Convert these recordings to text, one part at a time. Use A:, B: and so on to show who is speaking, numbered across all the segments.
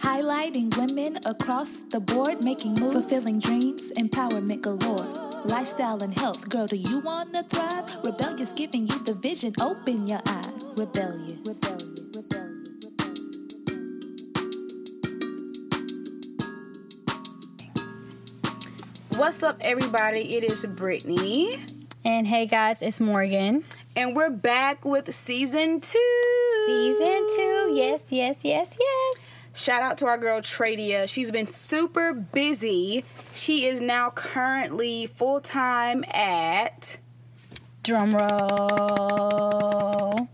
A: Highlighting women across the board, making moves, fulfilling dreams, empowerment galore. Lifestyle and health, girl, do you wanna thrive? Rebellious giving you the vision, open your eyes. Rebellious.
B: What's up, everybody? It is Brittany,
C: And hey guys, it's Morgan.
B: and we're back with season two.
C: Season two. Yes, yes, yes, yes.
B: Shout out to our girl Tradia. She's been super busy. She is now currently full time at
C: Drum roll.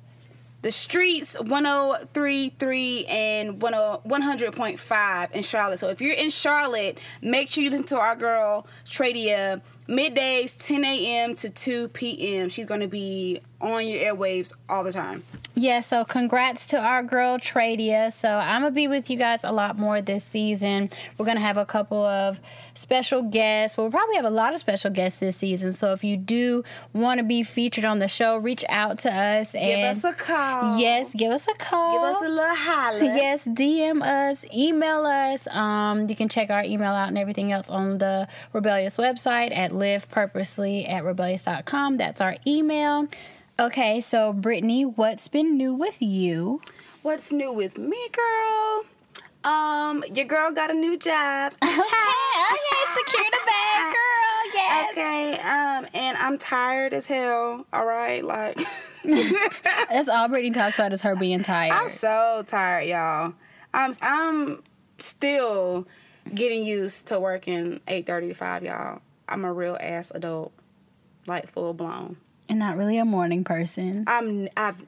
B: the streets 1033 and 10 100.5 in Charlotte. So if you're in Charlotte, make sure you listen to our girl Tradia middays 10 a.m. to 2 p.m. She's going to be on your airwaves all the time.
C: Yeah, so congrats to our girl Tradia. So I'm gonna be with you guys a lot more this season. We're gonna have a couple of special guests. We'll probably have a lot of special guests this season. So if you do want to be featured on the show, reach out to us
B: Give
C: and
B: us a call.
C: yes, give us a call.
B: Give us a little holler.
C: Yes, DM us, email us. Um, you can check our email out and everything else on the Rebellious website at livepurposely at rebellious.com. That's our email. Okay, so Brittany, what's been new with you?
B: What's new with me, girl? Um, your girl got a new job.
C: Okay, okay, secure the bag, girl. Yes.
B: okay, um, and I'm tired as hell. All right, like
C: That's all Brittany talks about is her being tired.
B: I'm so tired, y'all. I'm I'm still getting used to working 8:30 to 5, y'all. I'm a real ass adult, like full blown.
C: and not really a morning person.
B: I'm I've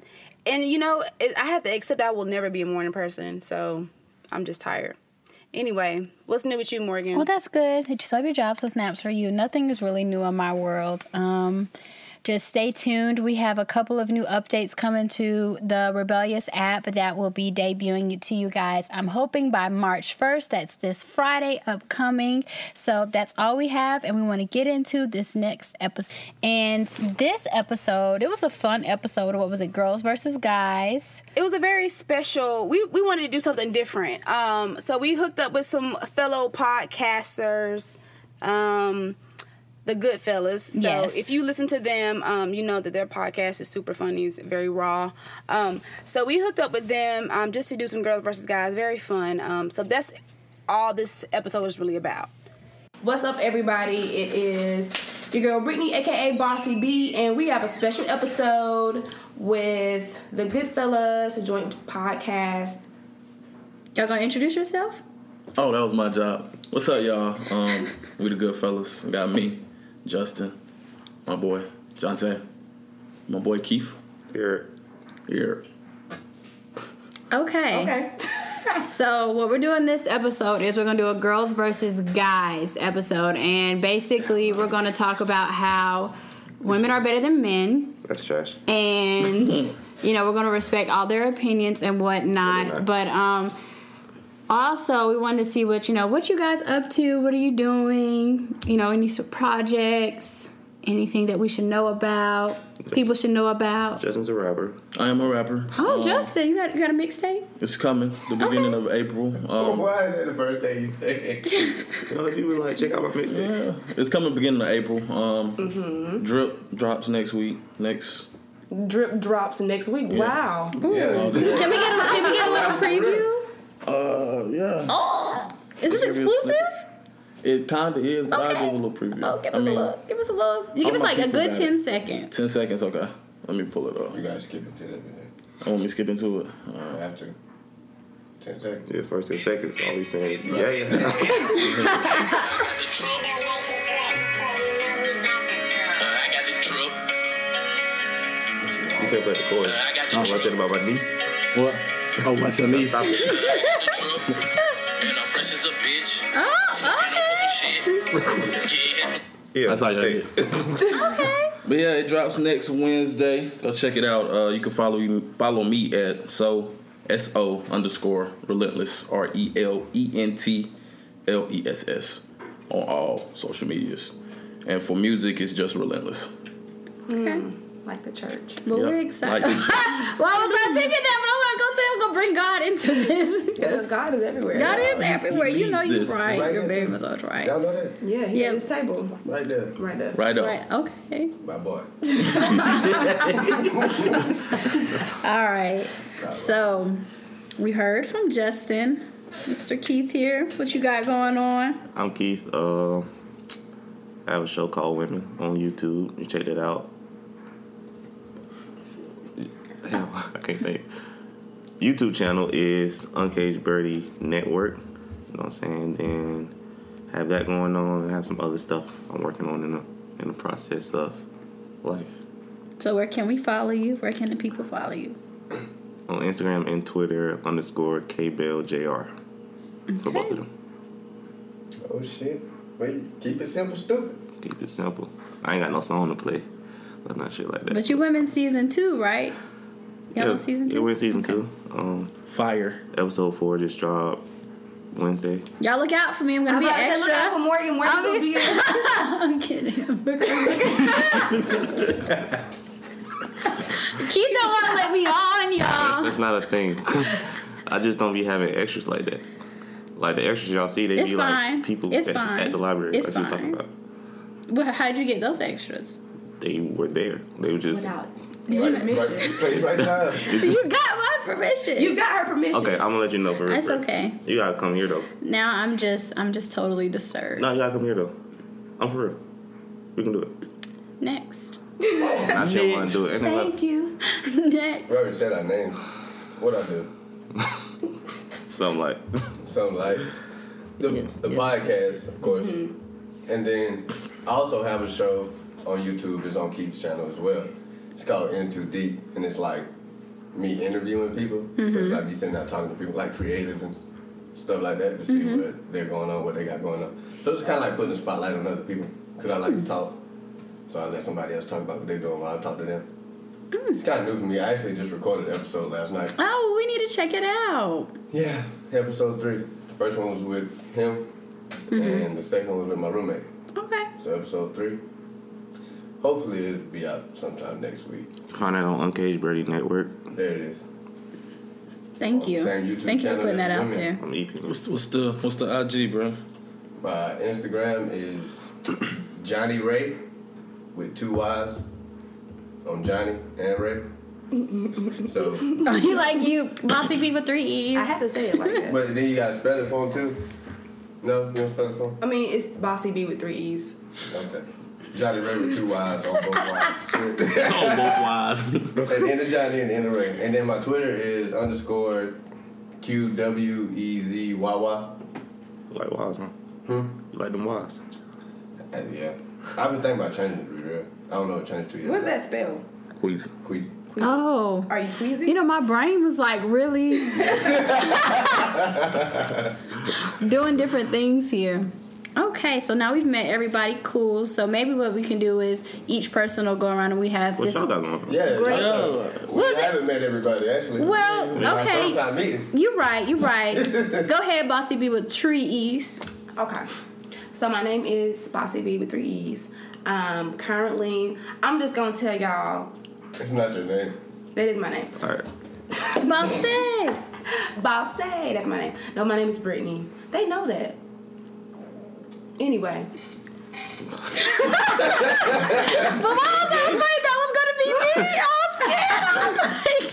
B: and you know it, I have to accept I will never be a morning person, so I'm just tired. Anyway, what's new with you, Morgan?
C: Well, that's good. You still have your job, so snaps for you. Nothing is really new in my world. Um, just stay tuned. We have a couple of new updates coming to the Rebellious app that will be debuting to you guys. I'm hoping by March 1st. That's this Friday upcoming. So that's all we have, and we want to get into this next episode. And this episode, it was a fun episode. What was it? Girls versus guys.
B: it was a very special we, we wanted to do something different um, so we hooked up with some fellow podcasters um, the good fellas so
C: Yes.
B: if you listen to them um, you know that their podcast is super funny it's very raw um, so we hooked up with them um, just to do some girls versus guys very fun um, so that's all this episode is really about What's up, everybody? It is your girl Brittany, aka Bossy B, and we have a special episode with the Goodfellas, a joint podcast.
C: Y'all gonna introduce yourself?
D: Oh, that was my job. What's up, y'all? Um, we the good fellas. We Got me, Justin, my boy, Jonte, my boy Keith.
E: Here.
D: Here.
C: Okay. So what we're doing this episode is we're gonna do a girls versus guys episode, and basically we're gonna talk about how women are better than men,
E: That's trash.
C: and you know we're gonna respect all their opinions and whatnot.
E: Really not.
C: But um, also we wanted to see what you know, what you guys up to, what are you doing, you know, any s- projects, anything that we should know about, people should know about.
E: Justin's a rapper.
D: I am a rapper.
C: Oh,
D: Um,
C: Justin, you got you got a mixtape?
D: It's coming. The beginning of April. Um,
E: why is that the first thing you say? you know, if you were like, check out my mixtape.
D: yeah, it's coming beginning of April. Um,
C: Mm-hmm.
D: Drip drops next week. Next.
B: Drip drops next week. Wow.
D: Yeah.
C: Can we get a, can we get a little preview?
D: Uh, yeah.
C: Oh, Is this exclusive?
D: It kinda is, but I'll give a little preview.
C: Oh, give
D: I
C: us
D: mean,
C: a look. Give us a look. You give
D: all
C: us
D: my
C: like a
D: people
C: good
D: got
C: 10
D: it.
C: seconds.
D: Ten seconds. Okay. Let me pull it off.
F: You gotta skip it to that minute.
D: I want me to skip into it. Uh,
F: I have to. Ten seconds.
E: Yeah, first and seconds. All he's saying is, yeah, yeah.
G: I got the drip.
E: you can't play the chorus.
G: I got
E: I said about my niece.
D: what? Oh, what's your niece?
E: Stop it.
G: the drip. And I'm fresh as a bitch.
C: Oh,
G: And
C: okay.
G: I'm poking shit. Get hit.
E: Yeah,
D: That's all y'all
E: thanks.
D: But yeah, it drops next Wednesday. Go check it out. Uh, you can follow me, follow me at so s o underscore relentless r e l e n t l e s s on all social medias. And for music, it's just relentless.
C: okay.
B: Hmm. Like the church.
C: Well,
D: Yep.
C: we're excited. Why
D: Like,
C: was I thinking that? But I'm going to go say I'm going to bring God
H: to this because
B: Because God is everywhere.
H: God is
D: He- he
H: everywhere. You know you're
D: leads this.
H: right.
I: Right
H: You're
I: here,
H: very
I: too.
H: much right.
I: Y'all know that?
B: Yeah, he
H: Yeah.
B: yeah. his table
I: Right there.
B: right there.
D: Right up.
H: Right. Okay.
I: My boy.
H: All right. So we heard from Justin, Mr. Keith here. What you got going on?
E: I'm Keith. Uh, I have a show called Women on YouTube. You check that out. Damn, I can't think. YouTube channel is Uncaged Birdie Network. You know what I'm saying? Then have that going on and have some other stuff I'm working on in the in the process of life.
H: So where can we follow you? Where can the people follow you?
E: On Instagram and Twitter underscore KBellJR. For both of them.
I: Oh shit. Wait, keep it simple, stupid.
E: Keep it simple. I ain't got no song to play. But not shit like that.
H: But you women season two, right? Y'all on season
E: Yeah,
H: two.
E: we're in season
H: Okay.
E: two. Um,
D: Fire.
E: episode four just dropped Wednesday.
H: Y'all look out for me. I'm gonna
B: I'm
H: be
B: about
H: an
B: to say, look out for
H: extra.
B: Morgan. Where you gonna be at?
H: I'm kidding. Keith don't want to let me on, y'all.
E: That's not a thing. I just don't be having extras like that. Like the extras y'all see, they
H: It's
E: be
H: fine.
E: like people
H: It's
E: that's
H: fine.
E: at the library.
H: It's
E: like you was talking
H: fine.
E: about.
H: Well, how'd you get those extras?
E: They were there. They were just
B: Without
H: Did you?
B: permission.
I: Play right now.
H: You got my permission.
B: You got her permission.
E: okay. I'm gonna let you know for real.
H: That's
E: for real.
H: okay.
E: You gotta come here though.
H: Now I'm just I'm just totally disturbed.
E: No, you gotta come here though. I'm for real. We can do it.
H: Next.
E: I sure wanna do it. Ain't no
B: Thank you.
H: Next.
I: We already said our name. What I do?
E: other- Something like
I: Something like the, the podcast, of course. And then I also have a show on YouTube. It's on Keith's channel as well. It's called In Too Deep, and it's like me interviewing people. So it's like me sitting out talking to people, like creatives and stuff like that, to see what they're going on, what they got going on. So it's kind of like putting the spotlight on other people because I like to talk. So I let somebody else talk about what they're doing while I talk to them. It's kind of new for me. I actually just recorded the episode last night.
H: Oh, we need to check it out.
I: Yeah, episode three. The first one was with him, and the second one was with my roommate.
H: Okay.
I: So episode three. Hopefully it'll be out sometime next week.
E: you find that on Uncaged Birdie Network.
I: There it is.
H: Thank
I: On
H: you.
I: the same Oh, YouTube
H: Thank you for
I: channel
H: putting that
I: as
H: out
I: women.
H: there.
E: I'm E EP.
D: What's what's the what's the IG, bro?
I: My Instagram is Johnny Ray with two Y's on Johnny and Ray. so,
H: you like you bossy people three
B: I
H: E's.
B: have to say it like that.
I: but then you gotta spell it for him too. No, you don't spell it for him.
B: I mean, it's Bossy B with three E's.
I: Okay. Johnny Ray with two Y's on both Y's.
D: On both wise.
I: At the end of Johnny and the end of Ray. And then my Twitter is underscore Q W E Z Y Y.
E: Like Waz, huh?
I: Hmm?
E: You like them Waz?
I: Uh, Yeah. I've been thinking about changing it to be real. I don't know what to change it to yet.
B: What's that spell?
D: Queasy.
I: Queasy.
H: Oh.
B: Are you queasy?
H: You know, my brain was like really doing different things here. Okay, so now we've met everybody cool. So maybe what we can do is each person will go around and we have
E: What
H: this.
E: y'all got going on?
I: Yeah.
H: Great.
I: yeah. We
H: Well,
I: haven't met everybody actually.
H: Well,
I: It's our
H: okay.
I: first time meeting.
H: You're right, you're right. go ahead, Bossy B with three E's.
B: Okay. So my name is Bossy B with three E's. Um, currently, I'm just gonna tell y'all
I: It's not your name.
B: that is my name.
E: All right.
H: Bossy!
B: Bossy, that's my name. No, my name is Brittany. They know that. Anyway,
H: But why was I afraid
B: Oh,
H: that was gonna be me? I was scared. I was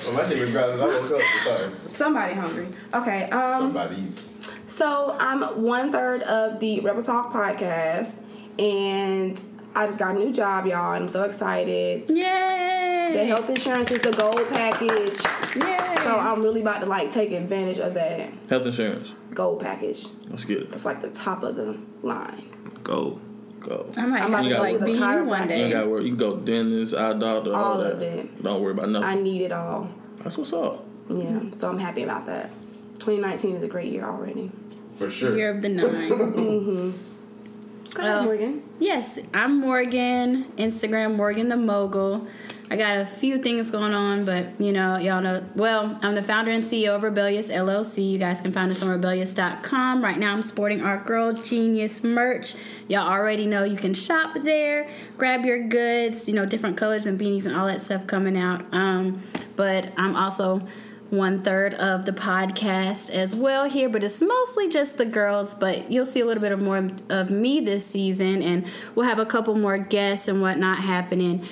H: like,
I: Well, my chicken growls. I woke up. Sorry.
B: somebody hungry. Okay. Um.
I: Somebody's.
B: So I'm one third of the Rebel Talk podcast, and I just got a new job, y'all. And I'm so excited. The
H: yay!
B: health insurance is the gold package,
H: Yay!
B: so I'm really about to like take advantage of that
D: Health insurance.
B: gold package.
D: Let's get it.
B: It's like the top of the line.
E: Go.
D: Go.
H: I might
B: I'm
H: have
B: about
D: to
H: to
D: go
H: like
D: to
B: the
H: be you one
B: chiropractor.
D: You
H: day.
D: ain't gotta worry. You can go dentist, eye doctor, all,
B: All
D: that.
B: of it.
D: Don't worry about
B: I
D: nothing.
B: need it all.
D: That's what's up.
B: Yeah, so I'm happy about that. 2019 is a great year already.
I: For sure.
H: Year of the nine.
B: Go ahead,
H: Oh.
B: Morgan.
H: yes, I'm Morgan. Instagram Morgan the Mogul. I got a few things going on, but you know, y'all know. Well, I'm the founder and CEO of Rebellious LLC. You guys can find us on rebellious.com. Right now, I'm sporting our Girl Genius merch. Y'all already know you can shop there, grab your goods, you know, different colors and beanies and all that stuff coming out. Um, but I'm also one third of the podcast as well here, but it's mostly just the girls. But you'll see a little bit of more of me this season, and we'll have a couple more guests and whatnot happening.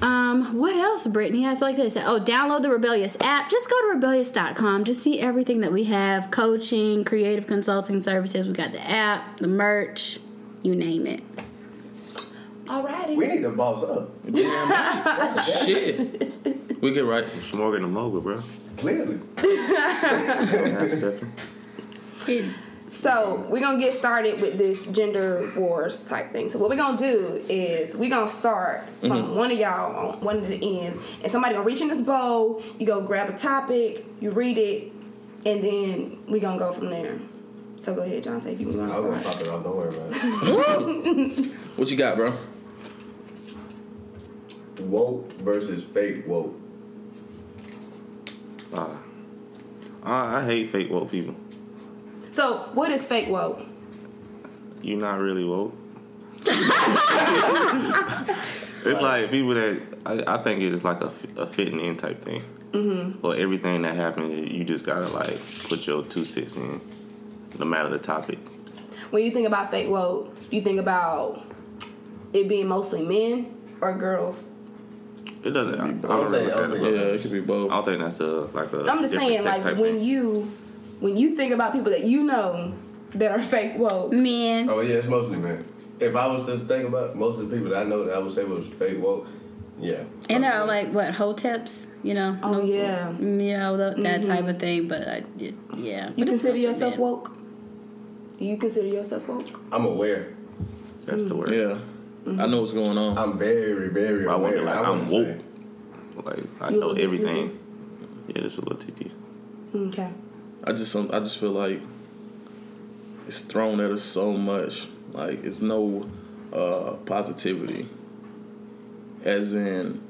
H: Um, what else, Brittany? I feel like they said, oh, download the Rebellious app. Just go to rebellious.com. Just see everything that we have coaching, creative consulting services. We got the app, the merch, you name it.
B: Alrighty.
I: We need to boss up.
D: Shit. We get right.
E: Morgan the mogul, bro.
I: Clearly.
E: Yeah, Stephen.
B: So we're gonna get started with this gender wars type thing. So what we're gonna do is we're gonna start from
E: Mm-hmm.
B: one of y'all on one of the ends, and somebody gonna reach in this bowl. You go grab a topic, you read it, and then we gonna go from there. So go ahead, John. If you want
I: I
B: to
I: won't pop
B: start.
I: it off. Don't worry about it.
D: What you got, bro?
I: Woke versus fake woke.
E: Ah. Ah, I hate fake woke people.
B: So what is fake woke?
E: you not really woke. it's like people that I, I think it's like a, fi- a fit and in type thing. Mm-hmm. Or everything that happens, you just gotta like put your two cents in, no matter the topic.
B: When you think about fake woke, you think about it being mostly men or girls.
E: It doesn't. I, I
I: I
E: don't
I: would say-
E: really.
I: I
E: care.
I: would say-
D: Yeah, it could be
E: I
D: both.
E: don't think that's a like a.
B: I'm just
E: different
B: saying,
E: sex
B: like
E: type
B: when
E: thing.
B: you when you think about people that you know that are fake woke.
H: Men.
I: Oh yeah, it's mostly men. If I was to think about most of the people that I know that I would say was fake woke, yeah.
H: And
C: uh,
H: there are like what hoteps, you know?
B: Oh
H: no-
B: yeah. Mm-hmm.
H: you know that, that type of thing. But I, it, yeah,
B: You
H: But it's
B: consider
H: mostly
B: yourself
H: men.
B: woke? Do you consider yourself woke?
I: I'm aware.
E: That's the word.
D: Yeah. I know what's going on.
I: I'm very, very aware.
E: I wouldn't be like, I'm
I: wouldn't
E: woke.
I: say-
E: Like I
B: You a
E: know
B: little bit
E: everything. Yeah, just a little TT.
B: Okay.
D: I just um, I just feel like it's thrown at us so much. Like it's no uh, positivity. As in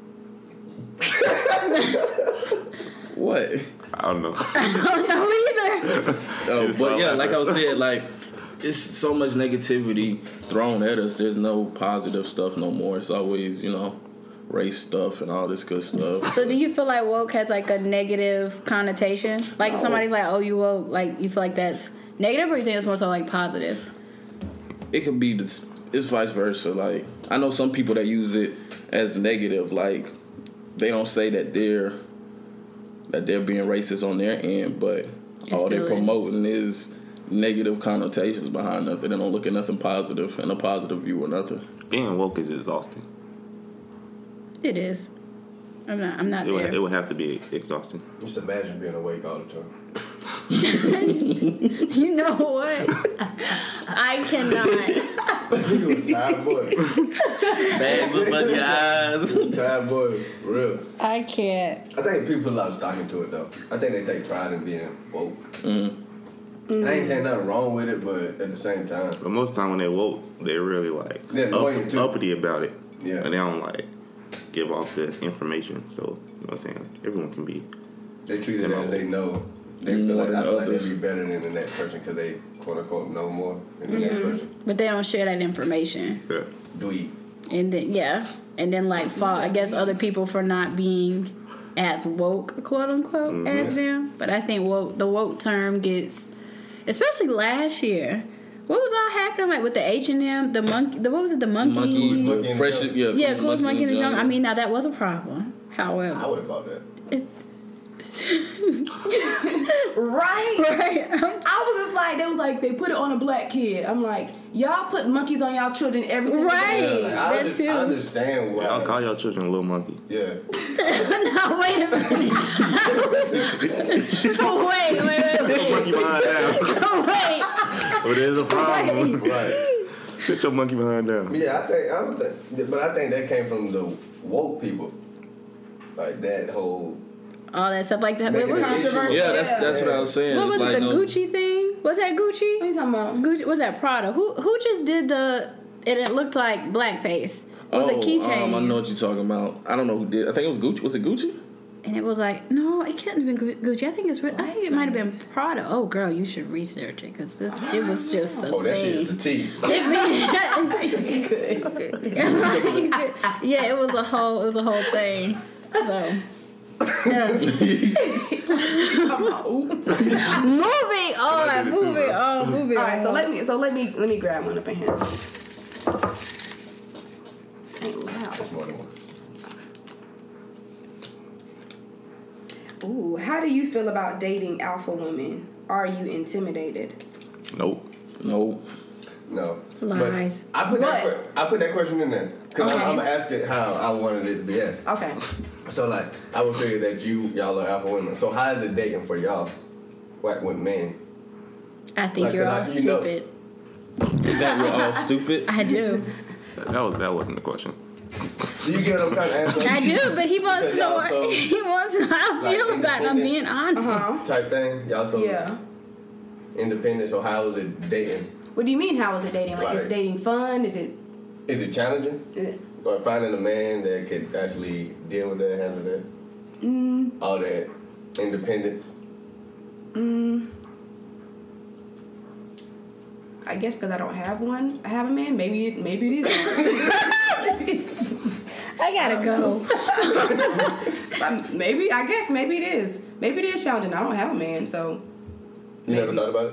D: what?
E: I don't know.
D: Oh,
E: just
D: but
E: thrown
D: yeah,
E: at
D: like
E: us.
D: I was saying, like it's so much negativity thrown at us. There's no positive stuff no more. It's always you know race stuff and all this good stuff.
H: So do you feel like woke has like a negative connotation? Like if somebody's like, "Oh, you woke," like you feel like that's negative, or you think it's more so like positive?
D: it could be this, it's vice versa. Like I know some people that use it as negative. Like they don't say that they're that they're being racist on their end, but all
H: still
D: they're
H: is.
D: promoting is negative connotations behind nothing. They don't look at nothing positive and a positive view or nothing.
E: Being woke is exhausting.
H: It is. I'm not. I'm not
E: It would,
H: there.
E: it would have to be exhausting.
I: Just imagine being awake all the time.
H: You know what? I cannot.
I: you a tired boy.
D: Bags up under your eyes.
I: tired boy, real.
H: I can't.
I: I think people put a lot of stock into it though. I think they take pride in being woke. And I ain't saying nothing wrong with it, but at the same time,
E: But most of the time when they woke, they really like
I: They're annoying,
E: up,
I: too.
E: uppity about it.
I: Yeah.
E: And they don't like give off the information. So, you know what I'm saying? Everyone can be.
I: they treat it
E: Semi-woke.
I: as they know. They feel
D: More
I: like
D: than
I: I feel like
D: others.
I: they be better than the next person because they quote unquote know more than the next person.
H: But they don't share that information,
E: Yeah.
I: Do you?
H: and then yeah, and then like fault. I guess other people for not being as woke, quote unquote, as them. But I think woke. The woke term gets, especially last year. What was all happening like with the H and M, the monkey? The, what was it? The monkey.
D: Monkey,
I: Monkey in the
D: fresh,
I: jungle.
D: yeah,
H: Yeah, coolest monkey in the jungle. I
D: jungle.
H: mean, now that was a problem.
I: I
H: However,
I: would have bought that.
B: Right?
H: right?
B: I was just like, they was like, they put it on a black kid. I'm like, y'all put monkeys on y'all children every single
H: Right.
B: day.
I: Like, I,
H: that
I: under-
H: too.
I: I understand why.
E: Y'all call y'all children little monkey.
I: yeah.
H: no, wait a minute. wait, wait, wait,
E: Put your monkey behind down.
H: wait.
E: But there's a problem.
I: Right.
E: Sit your monkey behind down.
I: Yeah, I think I don't think, but I think that came from the woke people, like that whole.
H: All that stuff like that. But
I: Making
H: we're
I: an issue.
H: controversial.
D: Yeah, that's that's what I was saying.
H: What
D: it's
H: was
D: like
H: it? The
D: no,
H: Gucci thing? Was
B: What
H: that
B: are
H: Gucci?
B: you talking about?
H: Gucci was that Prada? Who who just did the? And it looked like blackface. It was a keychain.
D: Um, I know what you're talking about. I don't know who did. I think it was Gucci. Was it Gucci?
H: And it was like, no, it couldn't have been Gu- Gucci. I think it's. Re- I think it might have been Prada. Oh, girl, you should research it because this it was just a
I: Oh, that shit is the
H: thing.
I: tea.
H: It mean- yeah, it was a whole. It was a whole thing. So
C: Moving on, moving on, moving
B: All right,
C: on.
B: so let me so let me let me grab one up in here. Ain't loud.
I: More than one.
B: Ooh, how do you feel about dating alpha women? Are you intimidated?
E: Nope.
D: Nope.
I: No.
H: Lies.
I: But I put that.
B: What?
I: que- I put that question in there because
B: Okay.
I: I'm, gonna ask it how I wanted it to be asked.
B: Okay.
I: So like, I would figure that you y'all are alpha women. So how is it dating for y'all, white women men?
H: I think
I: Like,
H: you're
I: like,
H: all
I: you know.
H: stupid.
D: Is that we're all stupid?
H: I do.
E: That was that wasn't the question.
I: Do you get what I'm trying to ask?
H: I do, but he wants to know
I: Because y'all
H: what,
I: so-
H: he wants to know how I
I: Like,
H: feel about it. I'm being honest.
B: Huh?
I: Type thing. Y'all so
B: Yeah.
I: independent. So how is it dating?
B: What do you mean? How is it dating? Like, is
I: Like-
B: dating fun? Is it?
I: Is it challenging?
B: eh,
I: Or finding a man that could actually deal with that, handle that,
H: Mm.
I: all that independence.
B: I guess because I don't have one. I have a man. Maybe it. Maybe it is.
H: I gotta go.
B: Um, maybe I guess maybe it is. Maybe it is challenging. I don't have a man, so
I: You never thought about it?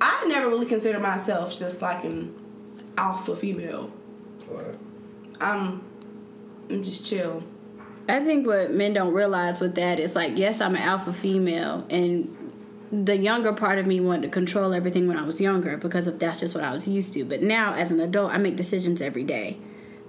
B: I never really consider myself just like an alpha female.
I: Alright.
B: I'm. I'm just chill.
H: I think what men don't realize with that is like, yes, I'm an alpha female, and the younger part of me wanted to control everything when I was younger because of that's just what I was used to. But now, as an adult, I make decisions every day.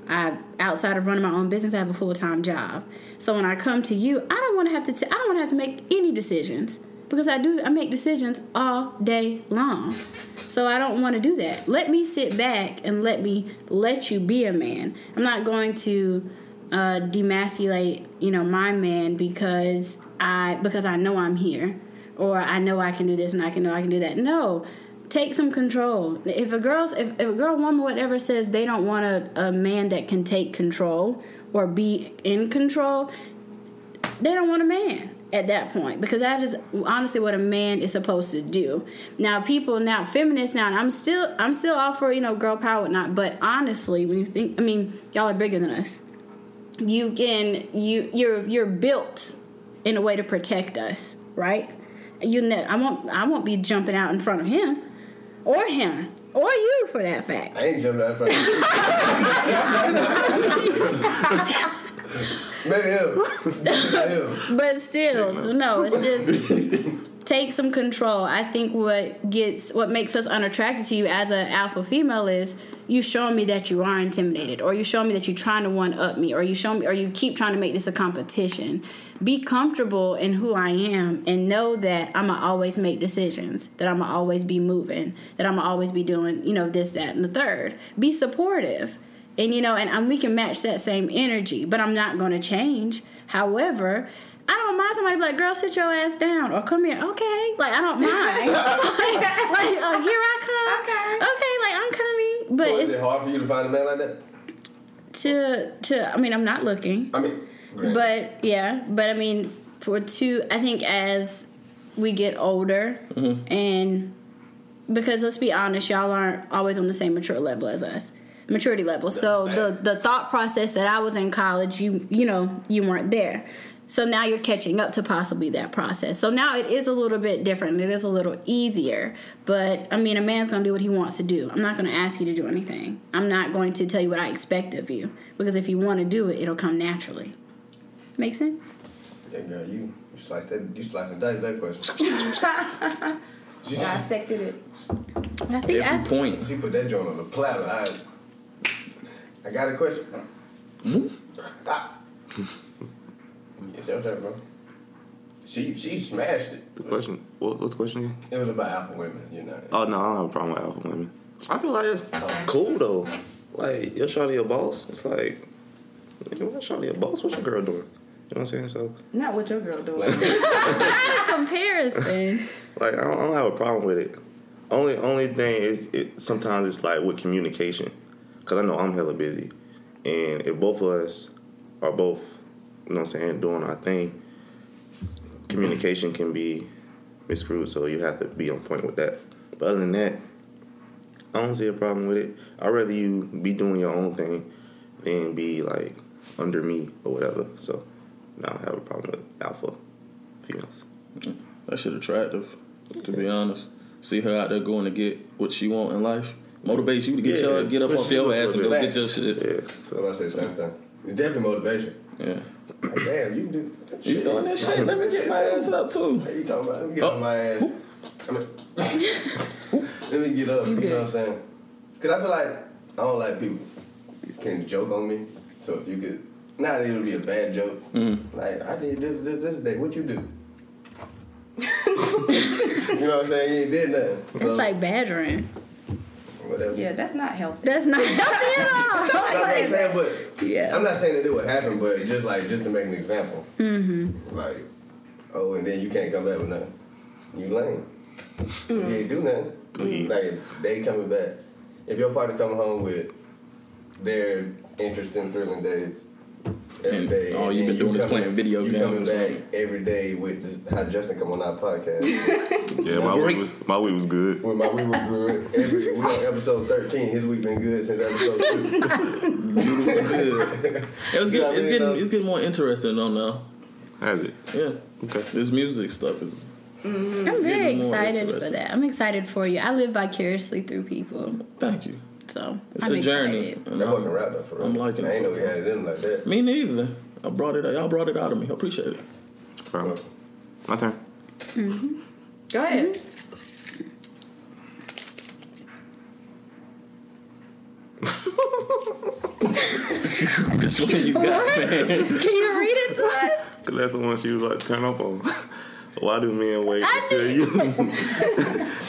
H: I outside of running my own business, I have a full time job. So when I come to you, I don't want to have to. T- I don't want to have to make any decisions because I do. I make decisions all day long. So I don't want to do that. Let me sit back and let me let you be a man. I'm not going to uh, demasculate you know my man because I because I know I'm here or I know I can do this and I can know I can do that. No, take some control. If a girl's if, if a girl woman whatever says they don't want a, a man that can take control or be in control, they don't want a man at that point because that is honestly what a man is supposed to do. Now people now feminists now and I'm still I'm still all for you know girl power and whatnot, but honestly when you think I mean y'all are bigger than us. You can you you're you're built in a way to protect us, right? You know I won't I won't be jumping out in front of him or him or you for that fact.
I: I ain't jumping out in front of you. Maybe him. Maybe him.
H: But still, so no, it's just take some control. I think what gets what makes us unattracted to you as an alpha female is you showing me that you are intimidated, or you showing me that you're trying to one up me, or you show me, or you keep trying to make this a competition. Be comfortable in who I am, and know that I'ma always make decisions, that I'ma always be moving, that I'ma always be doing, you know, this, that, and the third. Be supportive and you know and, and we can match that same energy but i'm not going to change however i don't mind somebody be like girl sit your ass down or come here okay like i don't mind like, like, uh, here i come okay like i'm coming but
I: So is it
H: it's
I: hard for you to find a man like that?
H: to to i mean i'm not looking
I: I mean, granted.
H: but yeah, but I mean, for two, I think as we get older,
I: Mm-hmm.
H: and because let's be honest, y'all aren't always on the same mature level as us, maturity level. so
I: a
H: the
I: fact.
H: the thought process that I was in college, you you know, you weren't there. So now you're catching up to possibly that process. So now it is a little bit different. It is a little easier. But I mean, a man's gonna do what he wants to do. I'm not gonna ask you to do anything. I'm not going to tell you what I expect of you. Because if you wanna do it, it'll come naturally. Make sense?
I: yeah, girl, you, you sliced that, you sliced and diced that question. She,
B: Dissected it.
H: I think
D: Every
H: I,
D: point.
I: she put that joint on the platter. I, I got a question. Ah. Yes, that was that, bro. She, she smashed it.
E: The question. What, what's the question again?
I: It was about alpha women, you know.
E: Oh no, I don't have a problem with alpha women. I feel like it's cool though. Like you're shawty your boss. It's like you're not shawty your boss. What's your girl doing? You know what I'm saying? So
B: Not what your girl doing.
I: Like,
H: I comparison.
E: like I don't, I don't have a problem with it. Only only thing is it sometimes it's like with communication, because I know I'm hella busy, and if both of us are both, you know what I'm saying, doing our thing, communication can be miscrewed. So you have to be on point with that. But other than that, I don't see a problem with it. I'd rather you be doing your own thing than be like under me or whatever. So I don't have a problem with alpha females.
D: That shit attractive, to be honest. See her out there going to get what she want in life. Motivates you to get
E: Yeah.
D: your get up
E: Push
D: off
E: you
D: your
E: a
D: ass and
E: little
D: go
I: bit.
D: get your shit.
E: Yeah.
I: So I'm about to say the same thing. It's definitely motivation.
D: Yeah.
I: Like, damn, you do. Shit.
D: You doing that shit? Let me get my ass up too.
I: Hey, you talking about? Let me get
D: Oh.
I: on my ass. I mean, let me get up. You know what I'm saying? Cause I feel like I don't like people can joke on me. So if you could, not that it'll be a bad joke. Like I did this, this, this day. What you do? you know what I'm saying? You ain't did nothing. So,
H: It's like badgering.
I: whatever.
B: Yeah, that's not healthy.
H: That's not healthy at all.
I: That's what I'm saying, but
H: Yeah.
I: I'm not saying that it would happen, but just like just to make an example. Mm-hmm. Like, oh, and then you can't come back with nothing. You lame. You ain't do nothing.
D: Mm.
I: Like if they coming back. If your partner coming home with their interesting thrilling days every
D: And
I: day.
D: all
I: and
D: you
I: then
D: been doing is
I: coming-
D: playing video
I: you
D: games
I: coming
D: or
I: back
D: something.
I: every day with this, how Justin come on our podcast.
E: Yeah, my week was my week was good.
I: When my we were good, every we on episode thirteen, his week been good since episode two.
D: It was
I: You know
D: getting,
I: what I
D: it's
I: mean,
D: getting
I: though?
D: it's getting more interesting though now.
E: How's it?
D: Yeah.
E: Okay.
D: This music stuff is
H: I'm very
D: Getting more
H: excited for
D: interested.
H: that. I'm excited for you. I live vicariously through people,
D: thank you.
H: so
D: It's
H: I'm
D: a journey.
H: excited.
D: and
I: That
D: I'm-
I: wasn't rap though, for real.
D: I'm liking
I: I ain't
D: it.
I: know we had it in like that.
D: Me neither. I brought it out. Y'all brought it out of me. I appreciate it.
E: Problem. My turn.
B: Go ahead.
D: Which one you got, man?
H: Can you read it to us?
E: Cause that's the one she was like, turn up on. Why do men wait until you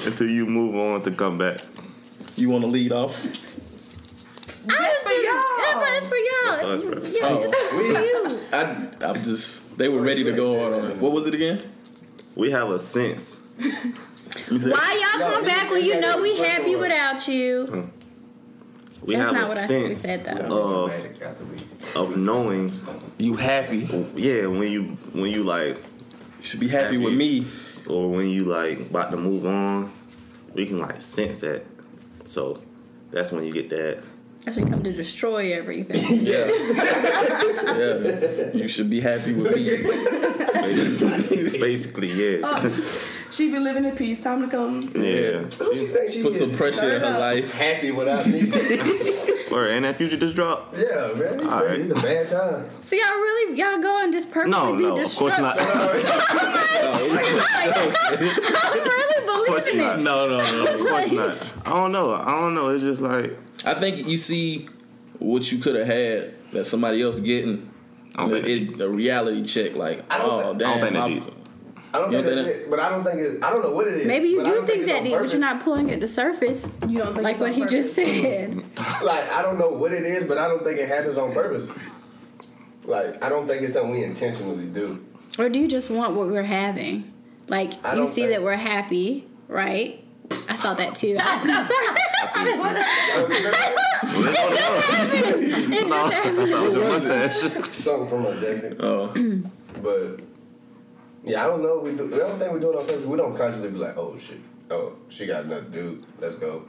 E: until you move on to come back?
D: You want to lead off?
B: That's for
H: Yeah, but
B: y'all.
H: it's for y'all.
E: That's for us,
H: yeah,
D: bro.
H: it's for you.
D: I I'm just they were ready to go out on it. What was it again?
E: We have a sense.
D: You said-
H: Why y'all
E: Oh.
I: No,
H: come
I: it-
H: back when
I: it-
H: you
I: it-
H: know we
I: it's
H: happy
I: for us.
H: without you?
E: We
H: That's
E: have
H: not
E: a
H: what I think we
E: sense
H: said though.
D: Uh,
E: of
I: Magic out the week.
E: of knowing.
D: You happy? You
E: Yeah, when you when you like
D: should be happy,
E: Happy.
D: with me.
E: or when you like about to move on, we can like sense that. So that's when you get that.
H: That's when you come to destroy everything.
D: Yeah. yeah. You should be happy with me.
E: Basically, basically yeah,
H: Oh.
B: She been living in peace. Time to come.
E: yeah.
I: Who she think she
D: Put
I: is?
D: some pressure in her life.
I: Happy without me.
E: Or and that future just dropped.
I: yeah, man. It's,
E: All right.
I: it's a bad time.
H: so y'all really y'all go and just purposely
E: No,
H: be
E: no, of
H: destructive.
E: course not. Of
H: I'm really
E: course
H: believing
E: not.
H: it.
E: No, no, no. Of course not. I don't know. I don't know. It's just like
D: I think you see what you could have had that somebody else getting.
E: I don't think
D: It- a reality check, like
I: I don't
D: oh
I: think-
D: damn,
E: I don't
D: my-
E: think they did.
I: I don't
D: You
I: think
D: don't
I: that's
D: think
I: it, but I don't think it. I don't know what it is.
H: Maybe you
I: but I
H: do
I: don't
H: think that,
I: it's
H: deep,
I: on
H: but you're not pulling at the surface,
B: You don't think
H: like
B: it's on
H: what he just
B: purpose?
E: Mm-hmm.
H: said.
I: purpose. Like I don't know what it is, but I don't think it happens on purpose. Like I don't think it's something we intentionally do.
H: Or do you just want what we're having? Like
I: I
H: you
I: don't
H: see
I: think-
H: that we're happy, right? I saw that too. I was concerned. It just happened.
E: that was a mustache.
I: something from our jacket,
D: oh
I: but yeah, I don't know. If we do. I don't think we do it on purpose. We don't consciously be like, oh shit, oh she got another dude. Let's go,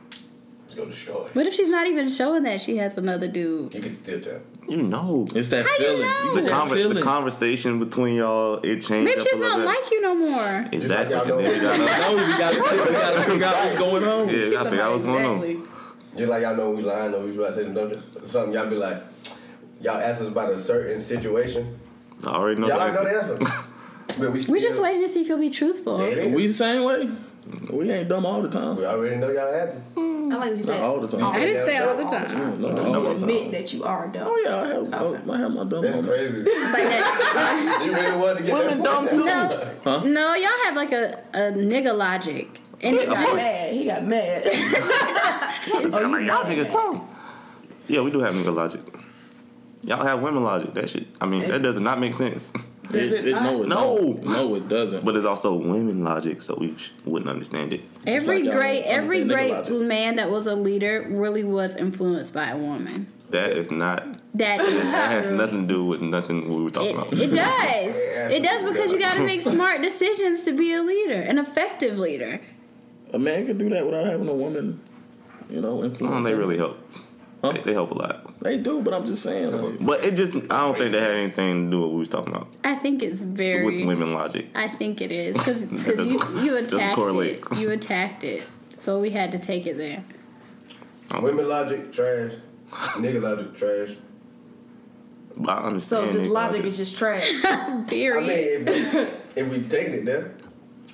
I: let's go destroy.
H: What if she's not even showing that she has another dude?
I: You can still tell.
E: You know.
D: it's that
H: How do you
D: feeling.
H: know?
D: get
E: The,
D: that
E: conver- the
D: feeling.
E: conversation between y'all it changed.
H: Maybe
E: up
H: she
E: a
H: just
E: little
H: don't
E: bit.
H: like you no more.
E: Exactly.
I: Just
E: And then
I: like y'all
E: we
I: know-
E: gotta,
D: no, we gotta, we gotta figure out what's going on.
E: yeah, we gotta figure out what's going on.
B: Exactly.
I: Just like y'all know we lying or we about to say some dumb shit- something, y'all be like, y'all ask us about a certain situation.
E: I already know.
I: y'all
E: the
I: already know the
E: answer.
I: answer. but we
H: We're
I: still-
H: just waiting to see if you'll be truthful.
I: Yeah,
D: We the same way. We ain't dumb all the time.
I: We already know y'all happy.
B: I like you
D: Not
B: said.
D: all the time.
H: I didn't say all the time.
D: No, no,
E: No,
D: no.
E: it's
B: Admit that you are dumb.
D: Oh yeah, I have, I have my dumb
I: That's
D: moments.
I: crazy.
H: It's like that.
I: you really want to get
E: Women
I: that
E: dumb too.
H: No, no, y'all have like a, a nigga logic. And it
E: of
H: just-
E: course.
B: Mad. He got mad.
E: It's like, y'all niggas dumb. Yeah, we do have nigga logic. Y'all have women logic. That shit. I mean, that does not make sense.
D: It, it, no, it
E: No.
D: don't. no, it doesn't.
E: But it's also women logic, so we sh- wouldn't understand it.
H: every
E: um,
D: like y'all
H: great,
D: don't
H: every
D: understand nigga
H: great
D: logic.
H: man that was a leader really was influenced by a woman.
E: That is not.
H: That is
E: That has
H: true.
E: nothing to do with nothing we were talking about.
H: It, it does. It does because you got to make smart decisions to be a leader, an effective leader.
D: a man can do that without having a woman, you know,
E: Why
D: influence.
E: don't they
D: him.
E: really help?
D: Huh?
E: They, they help a lot.
D: They do, but I'm just saying. like,
E: But it just, I don't think that had anything to do with what we was talking about
H: I think it's very.
E: with women logic.
H: I think it is because
E: That
H: you
E: doesn't-
H: you
E: doesn't
H: attacked
E: correlate.
H: it. You attacked it, so we had to take it there.
I: Women logic trash. Nigga logic trash.
E: But I understand.
B: So this
E: nigga
B: logic is just trash.
I: I
H: Period.
I: mean, if we, if we take it there,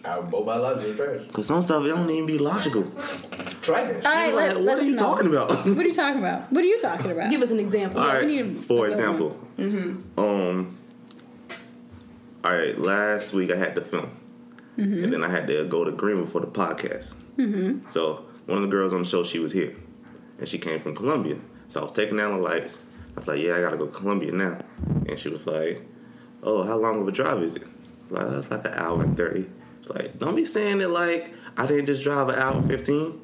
I: our mobile logic is trash.
E: Cause some stuff it don't even be logical.
I: Trash.
H: All
E: Like,
H: right, let,
E: what
H: let
E: are
H: us
E: you
H: know.
E: talking about?
H: What are you talking about? What are you talking about?
B: Give us an example.
E: All right.
H: need a
E: for
H: good
E: example, um, all right. Last week I had the film, and then I had to go to Greenville for the podcast. So one of the girls on the show, she was here, and she came from Columbia. So I was taking down the lights. I was like, "Yeah, I gotta go to Columbia now," and she was like, "Oh, how long of a drive is it?" Like, "It's like an hour and 30. It's like, "Don't be saying it like I didn't just drive an hour and 15.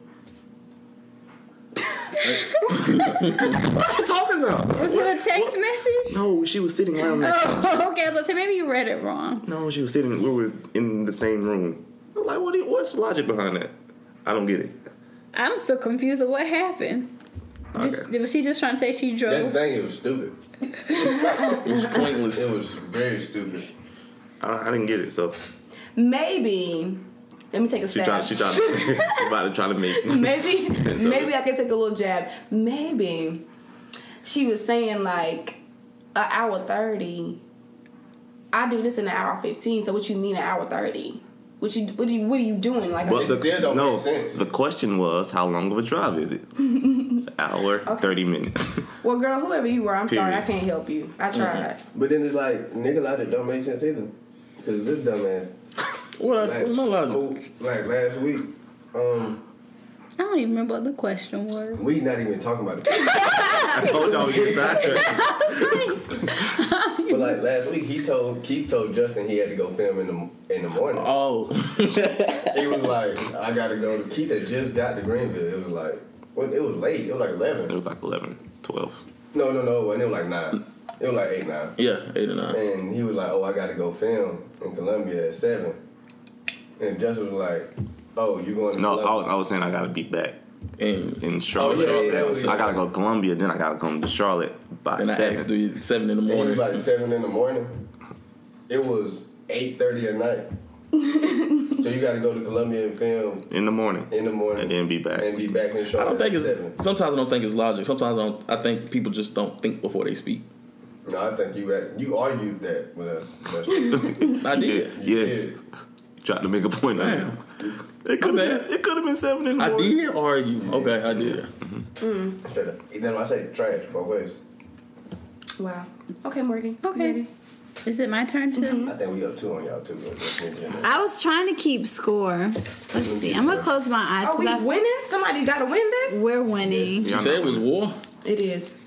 E: what are you talking about?
H: Was it a text message?
E: No, she was sitting right on the
H: Oh, okay. I was gonna say maybe you read it wrong.
E: No, she was sitting. We were in the same room. I'm like, what? do you- What's the logic behind that? I don't get it.
H: I'm so confused of what happened. Just,
E: Okay.
H: was she just trying to say she
I: That's the
H: drove?
I: thing, it was stupid.
D: it was pointless.
I: It was very stupid.
E: I, I didn't get it. So
B: Maybe. Let me take a
E: she
B: stab.
E: tried. She tried. To, she about to try to make.
B: maybe
E: so-
B: maybe I can take a little jab. Maybe she was saying like an hour thirty. I do this in an hour fifteen. So what you mean an hour thirty? What you what you what are you doing? Like
E: But
I: It
E: the,
I: still don't
E: no,
I: make sense.
E: the question was, how long of a drive is it? It's an hour, thirty minutes.
B: well, girl, whoever you were, I'm sorry, I
E: Period.
B: can't help you. I tried.
I: But then it's like, nigga logic don't make sense either. Because this dumbass.
D: what? I,
I: Like,
D: what's my logic?
I: oh, like last week, um,
H: I don't even remember what the question was.
I: we not even talking about it.
E: I told y'all we get sidetracked.
I: But like last week, he told Keith told Justin he had to go film in the in the morning.
D: Oh,
I: He was like, I gotta go. Keith had just got to Greenville. It was like, well, it was late. It was like
E: It
I: eleven.
E: was like 11, 12.
I: No, no, no. And it was like nine. It was like eight nine.
D: yeah, eight or nine.
I: And he was like, oh, I gotta go film in Columbia at seven. And Justin was like, oh, you going to
E: No, I, was-
I: Columbia?
E: I was saying I gotta be back
D: And
E: in Charlotte.
I: Oh, yeah, yeah, yeah, yeah.
E: I gotta go to Columbia, then I gotta come to Charlotte by
D: and I
E: seven.
D: asked, do you seven in the
I: it was
D: morning?
I: like seven in the morning. It was eight thirty at night. so you gotta go to Columbia and film
E: in the morning.
I: in the morning
E: And then be back.
I: and be back in
D: I
I: Charlotte.
D: don't think
I: at
D: it's.
I: seven.
D: Sometimes I don't think it's logic. Sometimes I don't. I think people just don't think before they speak.
I: No, I think you had, you argued that with us. Justin.
D: I
E: Yeah,
D: did.
E: yes.
I: did.
E: Tried to make a point on
D: Damn.
E: him. It could
D: bad.
E: have been. It could have been seven in the
D: I
E: morning.
D: did argue. Okay, I did.
I: Straight up. That's why I say trash both ways.
B: Wow. Okay, Morgan.
H: Okay. Is it my turn to?
I: I think we up two on y'all too. bro. Let's move in there.
H: I was trying to keep score. Let's see. I'm gonna close my eyes
B: Are we
H: because
B: winning? Somebody got to win this.
H: we're winning.
D: You
E: Yeah, I
D: said
E: know.
D: it was war.
B: It is.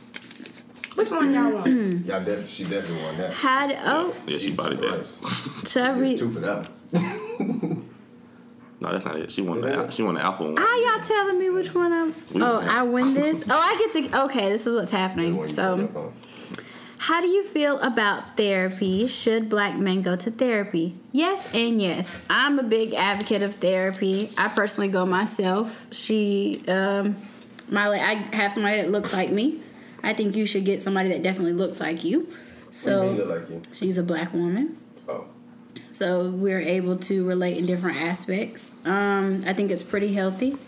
B: Which one y'all want?
I: Y'all def- she definitely won that.
H: Had oh,
E: Yeah, she body that.
I: Christ.
H: should I read?
I: Two for that. one.
E: No, that's not it. She won the. al- She won the alpha one.
H: How y'all telling me which one I'm?
E: We
H: Oh,
E: win.
H: I win this. Oh, I get to. Okay, this is what's happening.
I: When you
H: So.
I: put it up on.
H: How do you feel about therapy? Should black men go to therapy? Yes and yes. I'm a big advocate of therapy. I personally go myself. She, um, Molly, I have somebody that looks like me. I think you should get somebody that definitely looks like you.
I: What do you mean
H: So
I: look like you.
H: she's a black woman.
I: Oh.
H: So we're able to relate in different aspects. Um, I think it's pretty healthy.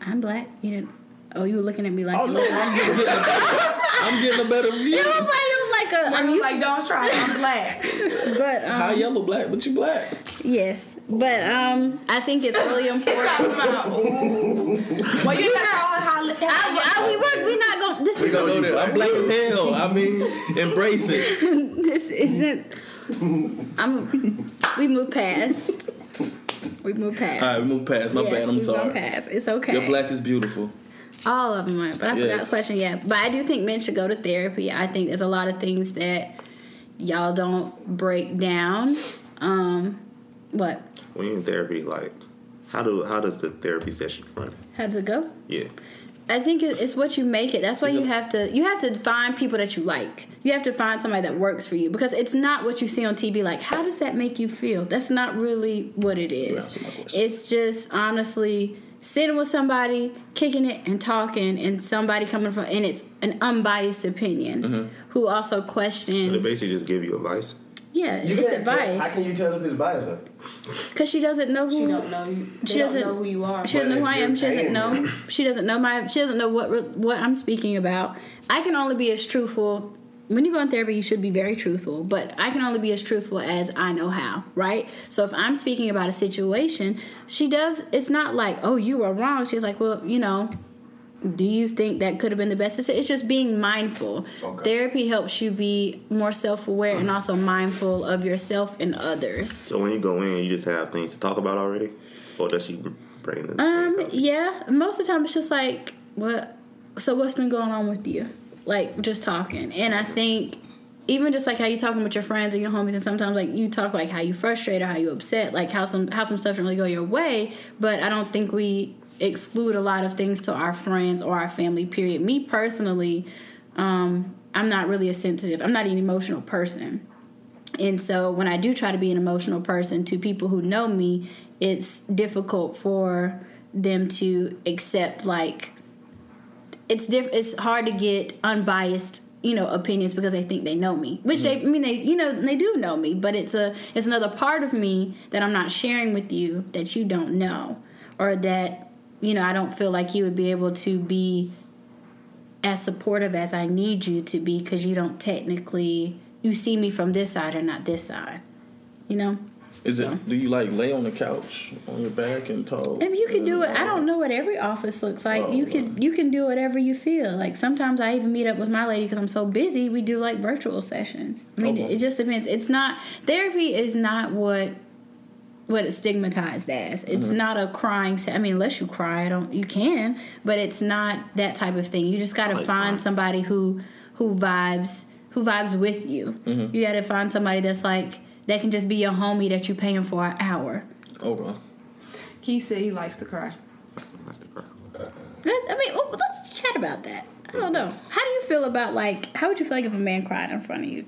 H: I'm black. You didn't. Oh, you were looking at me like.
D: Oh no, I'm getting a better, I'm getting a better view.
H: It was like it was like a.
B: I
H: I'm
B: was
H: used
B: like,
H: like,
B: don't try. I'm black.
H: but um,
D: High yellow black, but you black.
H: Yes, but um, I think it's really important.
B: Talking about,
E: Mm-hmm.
B: ooh. well, you're not all
H: I, I, we work. We're not going. This is
D: I know that. I'm black as hell. I mean, embrace it.
H: this isn't. I'm. We move past. We move past.
D: All right, we move past. My bad. Oh, I'm
H: we've gone
D: sorry.
H: past. It's okay.
D: Your black is beautiful.
H: All of them are, but I forgot
D: Yes.
H: the question yet. But I do think men should go to therapy. I think there's a lot of things that y'all don't break down. Um, what?
E: When you in therapy, like, how do how does the therapy session run?
H: How does it go?
E: Yeah,
H: I think it- it's what you make it. That's why
D: Is
H: you
D: it-
H: have to you have to find people that you like. You have to find somebody that works for you because it's not what you see on TV. Like, how does that make you feel? That's not really what it is.
D: answered my question.
H: It's just honestly sitting with somebody, kicking it and talking, and somebody coming from, and it's an unbiased opinion
D: Mm-hmm.
H: who also
E: So they
H: questions.
E: basically just give you advice.
H: yeah,
I: You
H: it's
I: can't Tell, how
H: advice
I: can you tell if it's biased? though?
H: because she doesn't know who
B: She don't know you. They
H: She
B: don't
H: doesn't-
B: know who you are.
H: She doesn't
I: But
H: know who
I: if
H: I
I: you're
H: am. She doesn't
I: paying
H: know.
I: them-
H: She doesn't know my. She doesn't know what re- what I'm speaking about. I can only be as truthful. When you go in therapy, you should be very truthful. But I can only be as truthful as I know how, right? So if I'm speaking about a situation, she does. It's not like, oh, you were wrong. She's like, well, you know, do you think that could have been the best decision? It's just being mindful.
I: Okay.
H: Therapy helps you be more self aware and also mindful of yourself and others.
E: So when you go in, you just have things to talk about already, or does she bring them?
H: Um, yeah. Most of the time, it's just like, what? So, what's been going on with you? Like, just talking. And I think, even just like how you talking with your friends or your homies, and sometimes like you talk like how you frustrated, how you upset, like how some how some stuff didn't really go your way. But I don't think we exclude a lot of things to our friends or our family. Period. Me personally, um, I'm not really a sensitive. I'm not an emotional person. And so when I do try to be an emotional person to people who know me, it's difficult for them to accept like it's diff- it's hard to get unbiased you know opinions because they think they know me which they I mean they you know they do know me but it's a it's another part of me that I'm not sharing with you that you don't know or that you know I don't feel like you would be able to be as supportive as I need you to be because you don't technically you see me from this side or not this side you know
D: Is it? Do you like lay on the couch on your back and talk?
H: I mean, you can do it. I don't know what every office looks like.
D: Oh,
H: you can you can do whatever you feel. Like sometimes I even meet up with my lady because I'm so busy. We do like virtual sessions. I mean,
D: Okay.
H: it just depends. It's not therapy is not what what it's stigmatized as. It's
D: Mm-hmm.
H: not a crying. Se- I mean, unless you cry, I don't. You can, but it's not that type of thing. You just got to
E: Like
H: find
E: mine.
H: somebody who who vibes who vibes with you.
D: Mm-hmm.
H: You got to find somebody that's like that can just be your homie that you paying for an hour.
D: Okay.
B: Keith said he likes to cry.
H: Let's, I mean, well, let's chat about that. I don't know. How do you feel about like? How would you feel like if a man cried in front of you?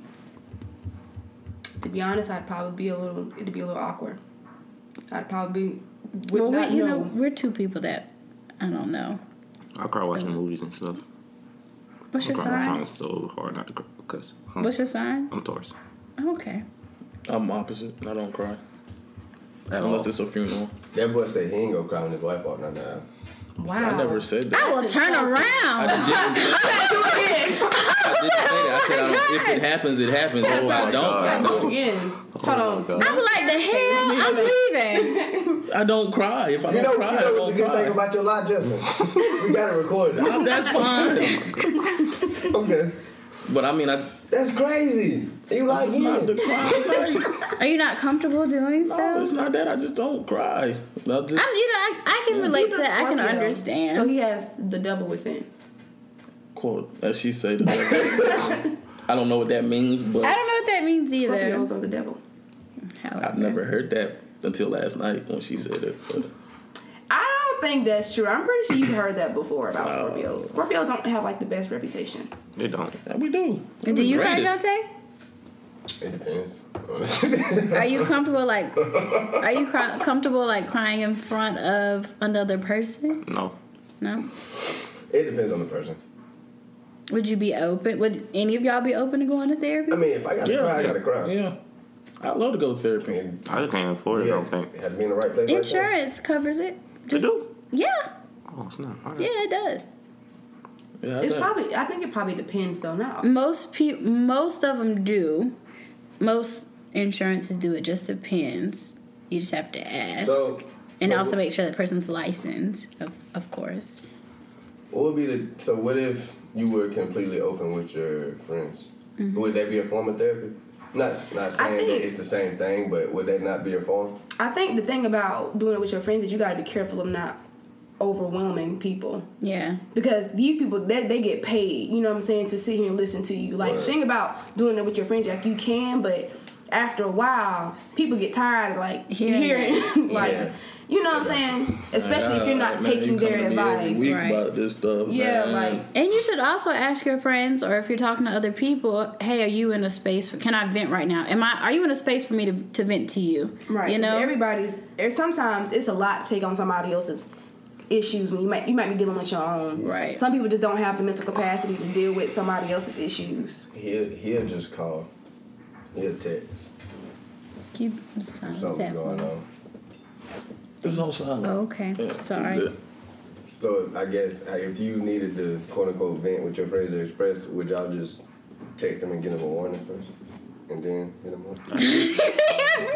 B: To be honest, I'd probably be a little. It'd be a little awkward. I'd probably be. Would
H: Well,
B: not
H: we, you know,
B: know.
H: we're two people that I don't know.
E: I cry watching movies and stuff.
H: What's your
E: I'm crying, I'm trying
H: sign?
E: so hard not to cry because huh?
H: What's your sign?
E: I'm Taurus.
H: Okay.
D: I'm opposite. I don't cry
E: At
D: unless
E: all.
D: it's a funeral.
I: That boy said he ain't gonna cry when his wife walked down the aisle.
B: wow.
D: I never said that.
H: I will turn
D: I
H: around.
D: didn't say that. I said I don't, if it happens, it happens. If I
E: Oh
D: don't, I
E: my God.
D: don't.
B: Again. Hold
E: Oh
B: on.
E: my God.
H: I was like, the hell, I'm leaving.
D: I don't cry. If I
I: You
D: don't
I: know, you
D: cry,
I: know what's a
D: I
I: good thing
D: don't cry.
I: about your lie, Justin? we got it recorded.
D: That's fine.
I: Okay.
D: But I mean, I
I: That's crazy. You like
D: it's not the
I: him.
D: crying type.
H: Are you not comfortable doing so?
D: No, it's not that. I just don't cry. I just
H: I'm, you know, I, I can relate to
B: He's a
H: that. I can
B: Scorpio,
H: understand.
B: So he has the devil within.
D: quote as she said. it. I don't know what that means, but
H: I don't know what that means either.
B: Scorpios are the devil.
D: I've never heard that until last night when she said it. But
B: I don't think that's true. I'm pretty sure you've heard that before about
D: Wow.
B: Scorpios. Scorpios don't have like the best reputation.
E: They don't.
D: yeah, we do. We're
H: Do
D: the
H: you cry,
D: greatest.
H: Dante?
I: It depends.
H: Are you comfortable like are you cry- comfortable like crying in front of another person?
E: No.
H: No.
I: it depends on the person.
H: Would you be open? Would any of y'all be open to going to therapy?
I: I mean, if I gotta
D: Yeah.
I: cry, I gotta cry.
D: Yeah, I love to go to
I: I
D: therapy.
I: mean,
E: I just can't afford it. I
I: yeah,
E: don't think
I: it had to be in the right place. Right
H: Insurance covers it.
E: they do.
H: Yeah.
E: Oh snap! All right.
H: Yeah, it does.
D: Yeah, I
B: It's
D: think-
B: probably. I think it probably depends though. Now.
H: Most people most of them do. Most insurances do. It just depends. You just have to
I: there.
H: ask.
I: So,
H: and
I: so
H: also
I: what-
H: make sure that person's licensed, of, of course.
I: What would be the? So, what if you were completely open with your friends? Would that be a form of therapy? Not not saying
B: think-
I: that it's the same thing, but would that not be a form?
B: I think the thing about doing it with your friends is you got to be careful of not overwhelming people
H: Yeah.
B: because these people they, they get paid you know what i'm saying to sit here and listen to you like the
I: Right.
B: thing about doing it with your friends like you can but after a while people get tired of like
H: Hearing
B: hearing, like
I: Yeah.
B: you know what i'm saying especially if you're not
D: Man, you
B: taking
D: come
B: their
D: to me every
B: advice
D: week
H: Right.
D: about this stuff.
B: yeah
D: man.
B: like
H: And you should also ask your friends, or if you're talking to other people, hey, are you in a space? For, can I vent right now? Am I? Are you in a space for me to, to vent to you?
B: Right. er,
H: You
B: 'cause
H: know.
B: everybody's. Or sometimes it's a lot to take on somebody else's issues when you might you might be dealing with your own.
H: Right.
B: Some people just don't have the mental capacity to deal with somebody else's issues.
I: He'll he'll just call. He'll text.
H: Keep silence
I: Something
H: that
I: going
H: phone.
I: on.
D: It's on silent.
B: Oh,
H: Okay, sorry.
D: Yeah.
I: So I guess uh, if you needed to quote unquote vent with your Fraser Express, would y'all just text them and give them a warning first, and then hit them up?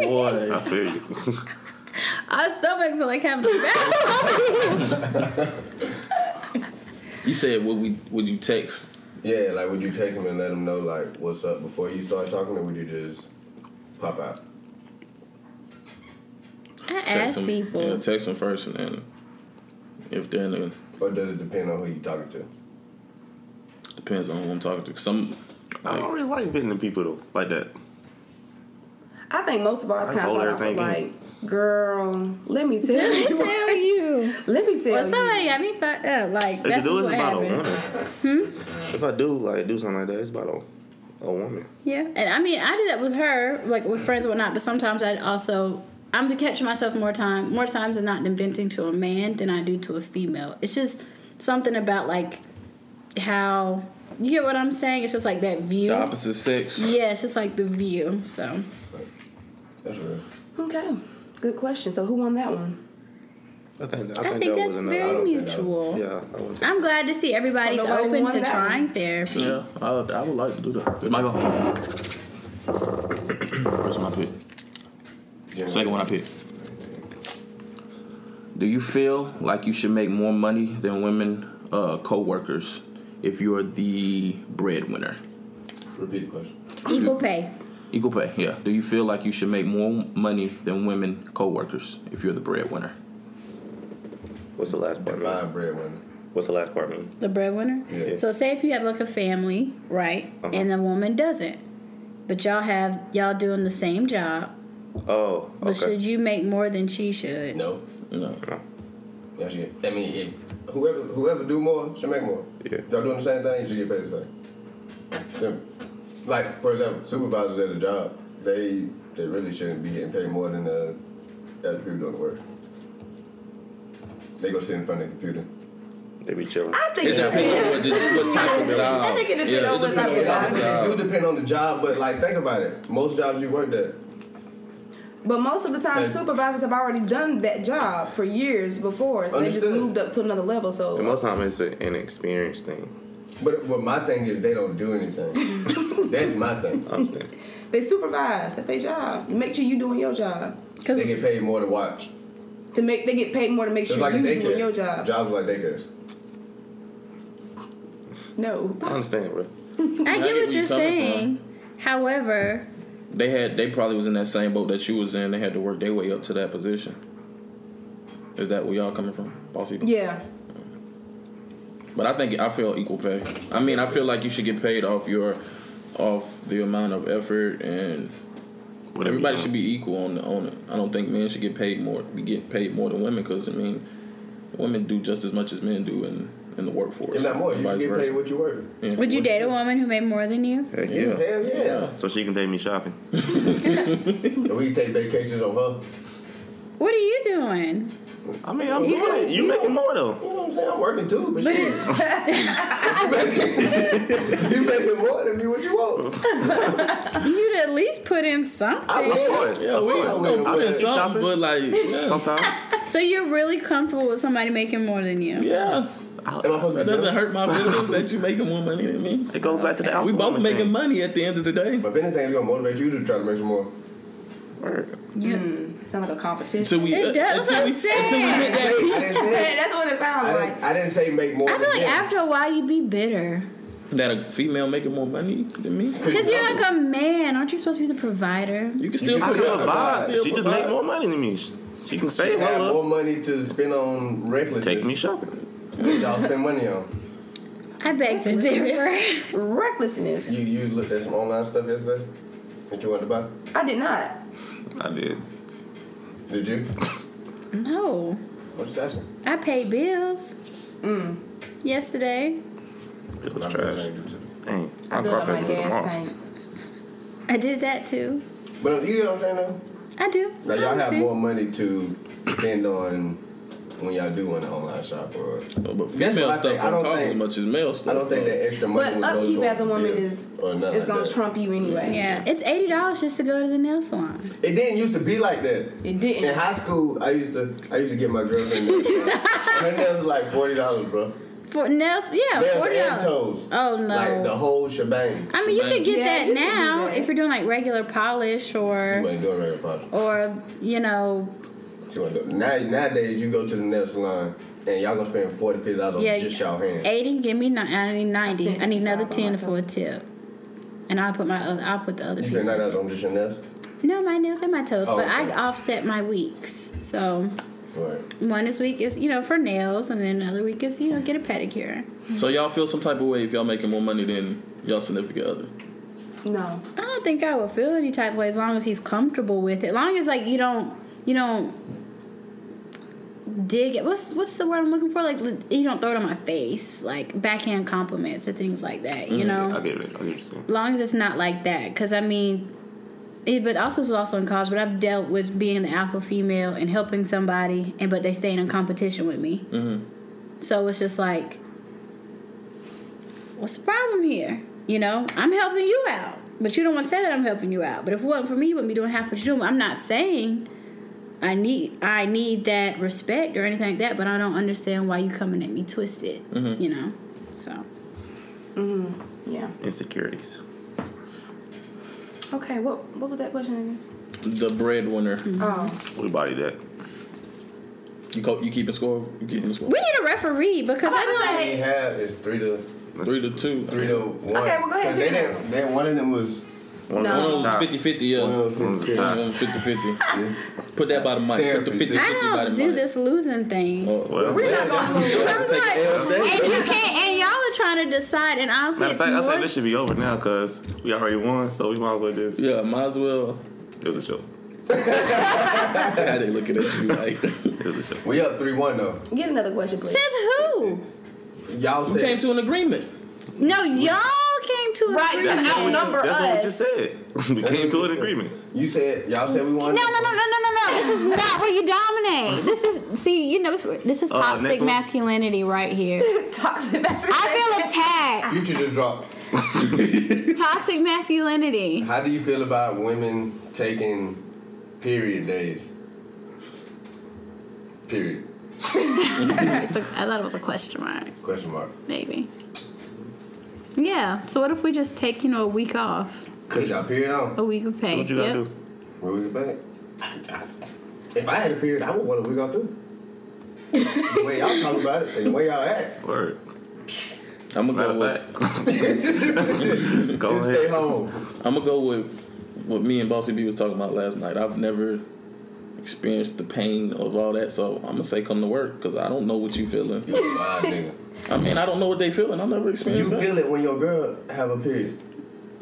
D: Boy,
E: I feel you.
H: Our stomachs are like having a battle.
D: you said would we would you text?
I: yeah, like would you text them and let them know like what's up before you start talking, or would you just pop out?
H: I
D: Text
H: ask
D: them-
H: people.
D: Yeah, text them first, and then if they're in the,
I: Or does it depend on who you talking to?
D: depends on who I'm talking to. 'Cause Some
E: I don't really like venting to people though, like that.
B: I think most of ours
E: I
B: kind of
E: hold
B: start off with
E: everything
B: like, "Girl, let me tell
H: Let me
B: you,
H: tell you.
B: let me tell
H: Well,
B: you."
H: somebody got me fucked up. Like,
E: If
H: that's
E: you do, it's
H: just what
E: about a
H: happened. Hmm?
E: woman. If I do like do something like that, it's about a, a woman.
H: Yeah, and I mean, I do that with her, like with friends and whatnot. But sometimes I also, I'm catching myself more time, more times than not, inventing to a man than I do to a female. It's just something about like how you get what I'm saying. It's just like that view.
D: the opposite sex.
H: Yeah, it's just like the view. So
I: That's real.
B: Okay, good question. So who won that one?
E: I think I,
H: I, think,
E: that
H: that's
E: was
H: very
E: enough.
I: think that
H: mutual.
E: Yeah, I was,
H: I'm glad to see everybody's
B: So nobody
H: open
B: won
H: to
B: that
H: trying
B: one.
H: therapy.
D: Yeah, I, I would like to do that. Michael, first one I pick. Second one I pick. Do you feel like you should make more money than women uh, co-workers if you're the breadwinner?
I: Repeat the question.
H: Equal pay.
D: Equal pay, yeah. Do you feel like you should make more money than women co-workers if you're the breadwinner?
E: what's the last part? Mean?
I: Five breadwinner.
E: What's the last part mean?
H: The breadwinner?
I: Yeah.
H: So say if you have like a family, right?
E: Uh-huh.
H: And the woman doesn't. But y'all have y'all doing the same job.
E: Oh,
H: But
E: okay.
H: should you make more than she should?
I: No.
D: No.
I: That's it. I mean, if whoever whoever do more should make more.
E: Yeah.
I: Y'all doing the same thing, you should get paid the same. Simple. Like for example, supervisors at a job, they they really shouldn't be getting paid more than the other people doing the work. They go sit in front of the computer.
E: They be chilling.
B: I think
D: It
B: it
D: depends on
B: depends.
D: what, this, what type of job.
B: I think it depends
D: yeah,
B: on what type of
D: type of
I: It do
D: job.
I: depend on the job, but like think about it. Most jobs you worked at,
B: But most of the time,
I: Hey.
B: supervisors have already done that job for years before, so they just
I: Understood.
B: moved up to another level. So
E: And most time it's a- an experience thing.
I: but but my thing is they don't do anything. That's my thing.
E: I understand.
B: They supervise. That's their job. Make sure you doing your job.
H: Because
I: They get paid more to watch.
B: To make they get paid more to make
I: Just
B: sure
I: like a
B: you
I: daycare.
B: doing your job.
I: Jobs like daycares.
B: No.
E: I understand, bro.
H: I get
D: where
H: what
D: you coming from.
H: you're saying. However,
D: They had they probably was in that same boat that you was in. They had to work their way up to that position. Is that where y'all coming from, Bossy?
B: Yeah.
D: But I think I feel equal pay. I mean, I feel like you should get paid off your off the amount of effort and
E: Whatever you
D: everybody
E: want.
D: should be equal on the on it. I don't think men should get paid more. Be get paid more than women because I mean, women do just as much as men do in in the workforce.
I: If not more, you
D: and
I: should
D: vice
I: get
D: versa.
I: paid what you work.
D: Yeah.
H: would you date a woman who made more than you?
E: Heck yeah.
I: Hell yeah.
E: So she can take me shopping.
I: And we take vacations on her.
H: What are you doing?
E: I mean, I'm
H: You
E: good.
H: do-
E: You making more though.
I: You know what I'm saying? I'm working too, but,
H: But
I: shit.
H: it,
I: you making more than me what you want.
H: you'd at least put in
E: Of
H: something.
E: course.
D: Yeah,
E: of
D: we
E: course.
D: gonna put in
E: Shopping.
D: something, but like, yeah.
E: Sometimes.
H: So you're really comfortable with somebody making more than you.
D: yes,
I: Am I supposed to
D: that
I: be
D: doesn't
I: doing-
D: hurt my feelings that you making more money than me.
E: It goes back to the alpha
D: We both
E: woman
D: making
E: thing.
D: money at the end of the day.
I: If anything, it's gonna motivate you to try to make some more.
E: Word.
B: Sound like a competition.
D: Until we, uh,
H: It does, that's
D: until
H: what
D: we,
H: I'm saying.
D: until we hit that peak.
I: I didn't say.
B: Hey, that's what it sounds
I: I
B: like.
I: didn't, I didn't say make more.
H: I feel
I: than
H: like
I: them.
H: after a while you'd be bitter.
D: that a female making more money than me.
H: Because you're like a man. Aren't you supposed to be the provider?
D: You can still
E: I can
D: provide.
E: provide.
D: Still
E: She just
D: provide.
E: make more money than me. She, she can
I: They
E: save her
I: have more
E: love.
I: money to spend on reckless.
E: Take me shopping.
I: That y'all spend money on.
H: I beg to differ.
B: Recklessness.
I: You you looked at some online stuff yesterday that you wanted to buy.
B: I did not.
E: I did.
I: Did you?
H: No.
I: I'm just asking.
H: I paid bills. Yesterday.
E: It was
I: My bad, I
E: trash.
I: ain't do too.
E: Dang.
B: I
E: My
B: built
E: car
B: up my
E: payment was
B: gas
E: tomorrow.
B: tank.
H: I did that too.
I: But you know what I'm saying though.
H: I do.
I: Like y'all have
H: Honestly.
I: more money to spend on when y'all do went to online shop or
D: Uh, But
I: what
D: female
I: I
D: stuff
I: think. I
D: don't
I: don't
D: cost as
I: think-
D: much as male
I: I
D: stuff.
I: don't think
D: though.
I: that extra money
B: But
I: was goes
B: upkeep
I: towards
B: as a woman
I: bills
B: is
I: or nothing
B: is
I: like
B: gonna
I: that.
B: trump you anyway.
H: Yeah, it's eighty dollars just to go to the nail salon.
I: It didn't used to be like that.
B: It
I: In
B: didn't.
I: high school, I used to I used to get my girlfriend nails. her nails was like forty dollars, bro.
H: For nails,
B: Oh,
H: yeah,
I: Nails
H: forty
I: and toes.
H: dollars. Oh no!
I: Like the whole shebang.
H: I mean, you
D: Shebang.
H: could get
B: Yeah,
H: that
B: you could do
H: now
B: that.
H: if you're doing like regular polish
I: She
H: or
I: wasn't doing regular polish.
H: or you know
I: She wasn't doing. Now, nowadays, you go to the nail salon and y'all gonna spend 40 50 dollars on
H: Yeah.
I: just y'all hands.
H: eighty. Give me ni- I need ninety.
B: spent
H: I need another
B: $55 on
H: ten
B: my
H: for a
B: toes.
H: tip. And I'll put my other, I'll put the other
I: You
H: piece.
I: spend
H: on
I: nine
H: top.
I: dollars on just your nails.
H: No, my nails and my toes,
I: Oh,
H: but I
I: okay.
H: offset my weeks. So
I: Right.
H: one this week is you know for nails, and then another week is you know get a pedicure.
D: So y'all feel some type of way if y'all making more money than y'all significant other.
B: No.
H: I don't think I would feel any type of way as long as he's comfortable with it. long as like you don't you don't dig it. What's what's the word I'm looking for? Like you don't throw it on my face, like backhand compliments or things like that. You know,
E: Mm, I get it. I get what you're saying.
H: long as it's not like that. Because I mean, it, but also this was also in college. But I've dealt with being the alpha female and helping somebody, and but they staying in competition with me. So it's just like, what's the problem here? You know, I'm helping you out, but you don't want to say that I'm helping you out. But if it wasn't for me, you wouldn't be doing half what you're doing. I'm not saying. I need I need that respect or anything like that, but I don't understand why you coming at me twisted, you know. So
B: Yeah.
E: Insecurities.
B: Okay. What What was that question again?
D: The breadwinner.
B: Oh.
E: We body that.
D: You co- you keeping score? You keeping score?
H: we need a referee because I don't.
I: They have is three to
D: Three to two.
I: three to one.
B: Okay, well, go ahead,
I: They
B: pick it
I: didn't, they, one of them was
E: One
D: One
E: on
D: of
E: the
D: them's
E: top.
D: 50 50, yeah.
I: one of
E: One
I: them
E: on
I: was
E: the
I: 50.
D: One
E: top.
D: of them's 50 50. Put that by the mic. Put the 50 50
I: Therapy.
H: I
D: by the
H: don't
D: mic.
H: do this losing thing.
D: Oh, well,
E: Well,
B: We're not gonna
I: You
B: lose.
I: have to take
H: like-
I: the L
H: And
I: there.
H: you can't. And y'all are trying to decide. And honestly,
E: matter of
H: it's
E: fact, I
H: more.
E: think this should be over now because we already won, so we might as well just.
D: yeah, might as well.
E: It was a joke.
D: How they looking at you like?
E: It was a joke.
I: We up three one though.
B: Get another question, please.
H: Says who?
I: Y'all
D: We came
I: said
D: to an agreement.
H: No, y'all came to. an
B: Right, you
H: agreement.
B: can outnumber
E: That's what we
B: us.
E: just said. We came to an agreement.
I: you said y'all said we
H: No,
I: wanted.
H: no, no, no, no, no, no. This is not where you dominate. This is see. You know, it's- this is
E: Uh,
H: toxic
E: next one.
H: masculinity right here.
B: Toxic masculinity.
H: I feel attacked.
I: You just dropped.
H: Toxic masculinity.
I: How do you feel about women taking period days? Period.
H: It's a- I thought it was a question mark.
I: Question mark.
H: Maybe. Yeah. So what if we just take you know a week off,
I: Cause y'all period on.
H: a week of pay?
E: What you gotta
H: Yep.
E: do?
I: Where we back? If I had a period, I would want to wig out too. the way y'all talk about it and the way y'all act.
E: Word.
D: I'm gonna go
E: Matter
D: with.
E: of fact. Go
I: Just stay
E: ahead.
I: home.
D: I'm gonna go with what me and Bossy B was talking about last night. I've never experienced the pain of all that, so I'm gonna say come to work because I don't know what you feeling.
I: You a wild nigga.
D: I mean, I don't know what they feeling. I've never
I: You
D: experienced that.
I: feel it when your girl have a period.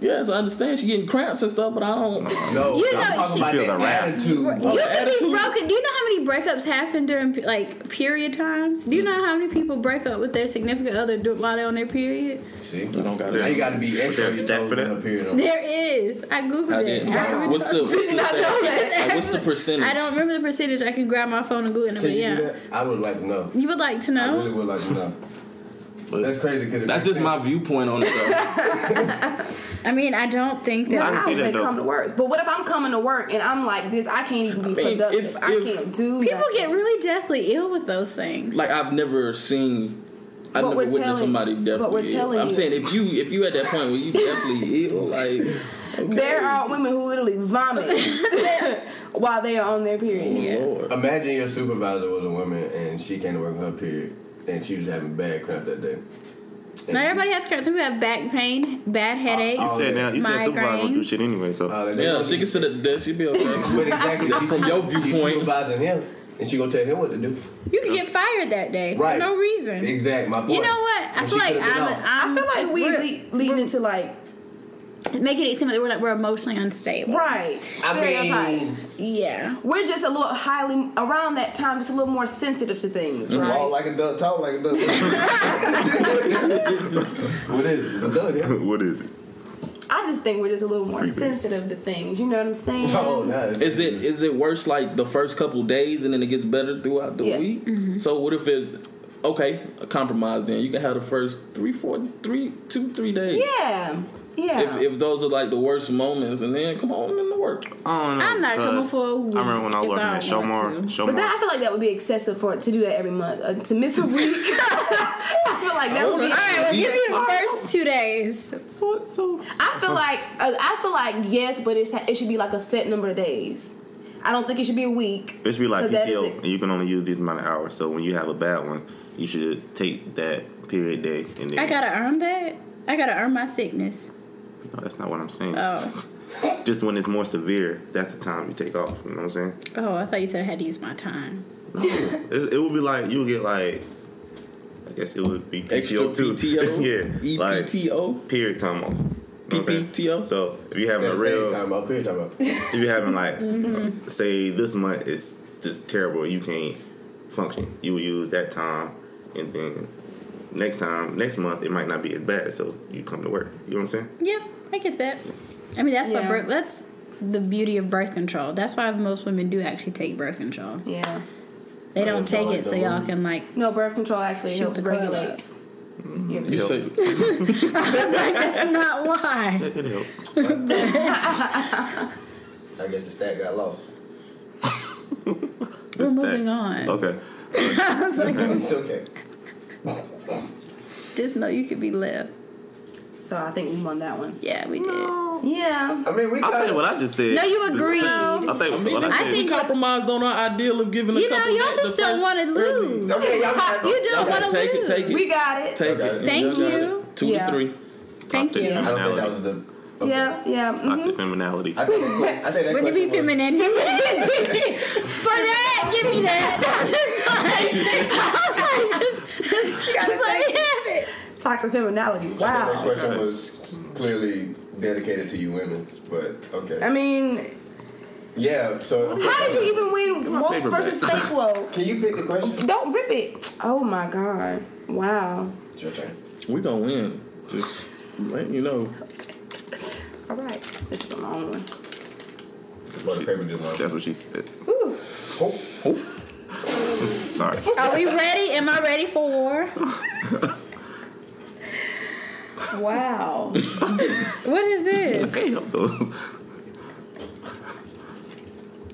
D: yes, I understand she getting cramps and stuff, but I don't.
I: No,
H: You
I: I'm
H: know
I: talking
H: she-
I: about
E: Feel
I: the
E: the wrath.
I: attitude.
H: You
D: the
H: could be
D: attitude.
H: broken. Do you know how many breakups happen during like period times? Do you know how many people break up with their significant other dur- while they're on their period?
I: See,
D: I don't got
I: now
D: it.
I: you got to be extra.
E: There's
I: You
E: that
I: know,
E: for
I: when
E: that.
I: her period on.
H: There is. I googled
D: I
H: it.
D: didn't.
H: I remember
D: What's the
H: talking-
D: what's the, stat?
H: that.
D: Like, what's the percentage?
H: I don't remember the percentage. I can grab my phone and Google it. But
I: Can you do
H: yeah,
I: that? I would like to know.
H: you would like to
I: I really
H: know?
I: would like to know.
D: But
I: That's crazy because
D: that's just my viewpoint on it. though.
H: I mean, I don't think
B: No,
H: that.
E: I can
B: I
E: see
B: would
E: that,
B: say
E: though.
B: come to work. But what if I'm coming to work and I'm like this? I can't even be
D: mean,
B: productive.
D: if-
B: I
D: if-
B: can't do.
H: People
B: nothing.
H: get really deathly ill with those things.
D: like I've never seen. I've
B: But
D: never
B: we're
D: witnessed
B: telling-
D: somebody
B: but
D: definitely.
B: we're telling
D: I'm
B: you.
D: saying if you if you at that point where you definitely ill, like okay.
B: There are women who literally vomit while they are on their period.
H: Yeah.
D: Oh, Lord.
I: Imagine your supervisor was a woman and she came to work her period and she was having bad cramp that day.
H: Not everybody has cramps. Some people have back pain, bad headaches.
E: You said now. You said supervisor won't do shit anyway.
I: Uh,
E: So
I: Oh, that
D: Yeah,
I: day-
D: she can sit at the desk. She'd be okay.
I: But exactly, she,
D: From your
I: she
D: viewpoint.
I: supervising him and she gonna tell him what to do.
H: you could get fired that day
I: Right.
H: for no reason.
I: Exact. My point.
H: You know what? I
I: And
H: feel
I: she
H: like I'm,
I: could've been off.
H: I'm.
B: I feel like we
H: we're-
B: lead, lead into like
H: making it seem like we're like we're emotionally unstable.
B: right
I: I mean,
B: stereotypes.
H: Yeah.
B: We're just a little highly around that time, just a little more sensitive to things, right?
I: walk like a duck, talk like a duck. what is it? A duck, yeah.
E: what is it?
B: I I just think we're just a little more
E: Freebies.
B: sensitive to things. You know what I'm
H: Mm.
B: saying?
I: Oh, nice.
D: Is it is it worse like the first couple days and then it gets better throughout the
B: Yes.
D: week?
H: Mm-hmm.
D: So what if it's okay, a compromise then you can have the first three, four, three, two, three days.
B: Yeah, yeah.
D: If, if those are like the worst moments, and then come on into work.
E: I don't know.
H: I'm not
E: because
H: coming for a
E: I remember when I was
H: week if
E: working
H: I
E: at
H: don't want
E: Showmars.
H: to.
E: Showmars.
B: but that, I feel like that would be excessive for to do that every month. Uh, to miss a week, I feel like that would be.
H: All right, well, give me the
B: Yeah.
H: first two days.
E: so, so
B: I feel like uh, I feel like yes, but it's it should be like a set number of days. I don't think it should be a week.
E: it should be like
B: So that is
E: PTO,
B: it.
E: and you can only use these amount of hours. So when you have a bad one, you should take that period day. And then
H: I gotta earn that. I gotta earn my sickness.
E: No, that's not what I'm saying.
H: Oh,
E: Just when it's more severe, that's the time you take off. You know what I'm saying?
H: oh, I thought you said I had to use my time.
E: No, it, it would be like you'll get like. I guess it would be PTO
D: Extra
E: too.
D: PTO,
E: yeah,
D: E
E: like
D: EPTO.
E: period time off. You know what I'm saying?
D: PPTO?
E: So if you having a
I: That
E: real
I: paid time Mm-hmm. up, paid time up.
E: if you're having like uh, say this month is just terrible you can't function you will use that time and then next time next month it might not be as bad so you come to work you know what i'm saying
H: Yeah, I get that. I mean, that's
B: Yeah.
H: what birth, that's the beauty of birth control. That's why most women do actually take birth control.
B: Yeah.
H: They don't
I: don't
H: take
I: like
H: it so
I: the
H: y'all
I: ones-
H: can like.
B: No, birth control actually
H: Shoot
B: helps
H: the club.
B: regulates. your-
D: You
E: Yo.
D: say
H: That's like that's not why.
E: it helps
I: I guess the stat got lost.
H: We're moving on.
E: okay
H: Mm.
I: It's okay.
H: Just know you could be lived.
B: So I think we won that one.
H: Yeah, we did.
B: Yeah.
I: I mean, we
E: i
I: kind
E: think
I: of.
E: what i just said
H: No, you agreed.
E: i think what i
D: I
E: said
D: we
H: think-
D: compromised on our ideal of giving a
H: You know,
D: couple.
H: y'all
D: back the
H: just don't
D: first
H: want to
D: early-
H: lose.
I: Okay, y'all got
H: You don't want to
D: Take
H: lose.
D: it, take it,
B: We got it.
D: take
I: Okay.
D: it.
H: Thank
D: got it.
H: you.
D: Two
B: Yeah.
D: to three.
H: Thank
E: Toxic
H: you. Mm-hmm.
I: I don't think that
E: Feminality.
I: was the. Okay.
B: Yeah, yeah. mhm.
E: Toxic feminality.
I: I think, the que- I think that
H: Wouldn't it be
I: question was-
H: feminine? For that, give me that. I was just like, I was like, just, just, just let me have it.
B: Toxic femininity.
I: I think
B: Wow.
I: That question was clearly dedicated to you women, but okay.
B: I mean,
I: yeah, so.
B: how did you even win woke
E: paper
B: versus
E: back.
B: fake woke?
I: Can you pick the question?
B: Don't rip it. Oh my god. Wow.
I: It's your turn.
D: We gonna win. Just letting you know.
B: All right. This is a long one.
I: Well, the paper just won.
E: that's what she said
B: Ooh.
E: sorry
H: Are we ready? Am I ready for war?
B: Wow.
H: What is this?
E: i can't help those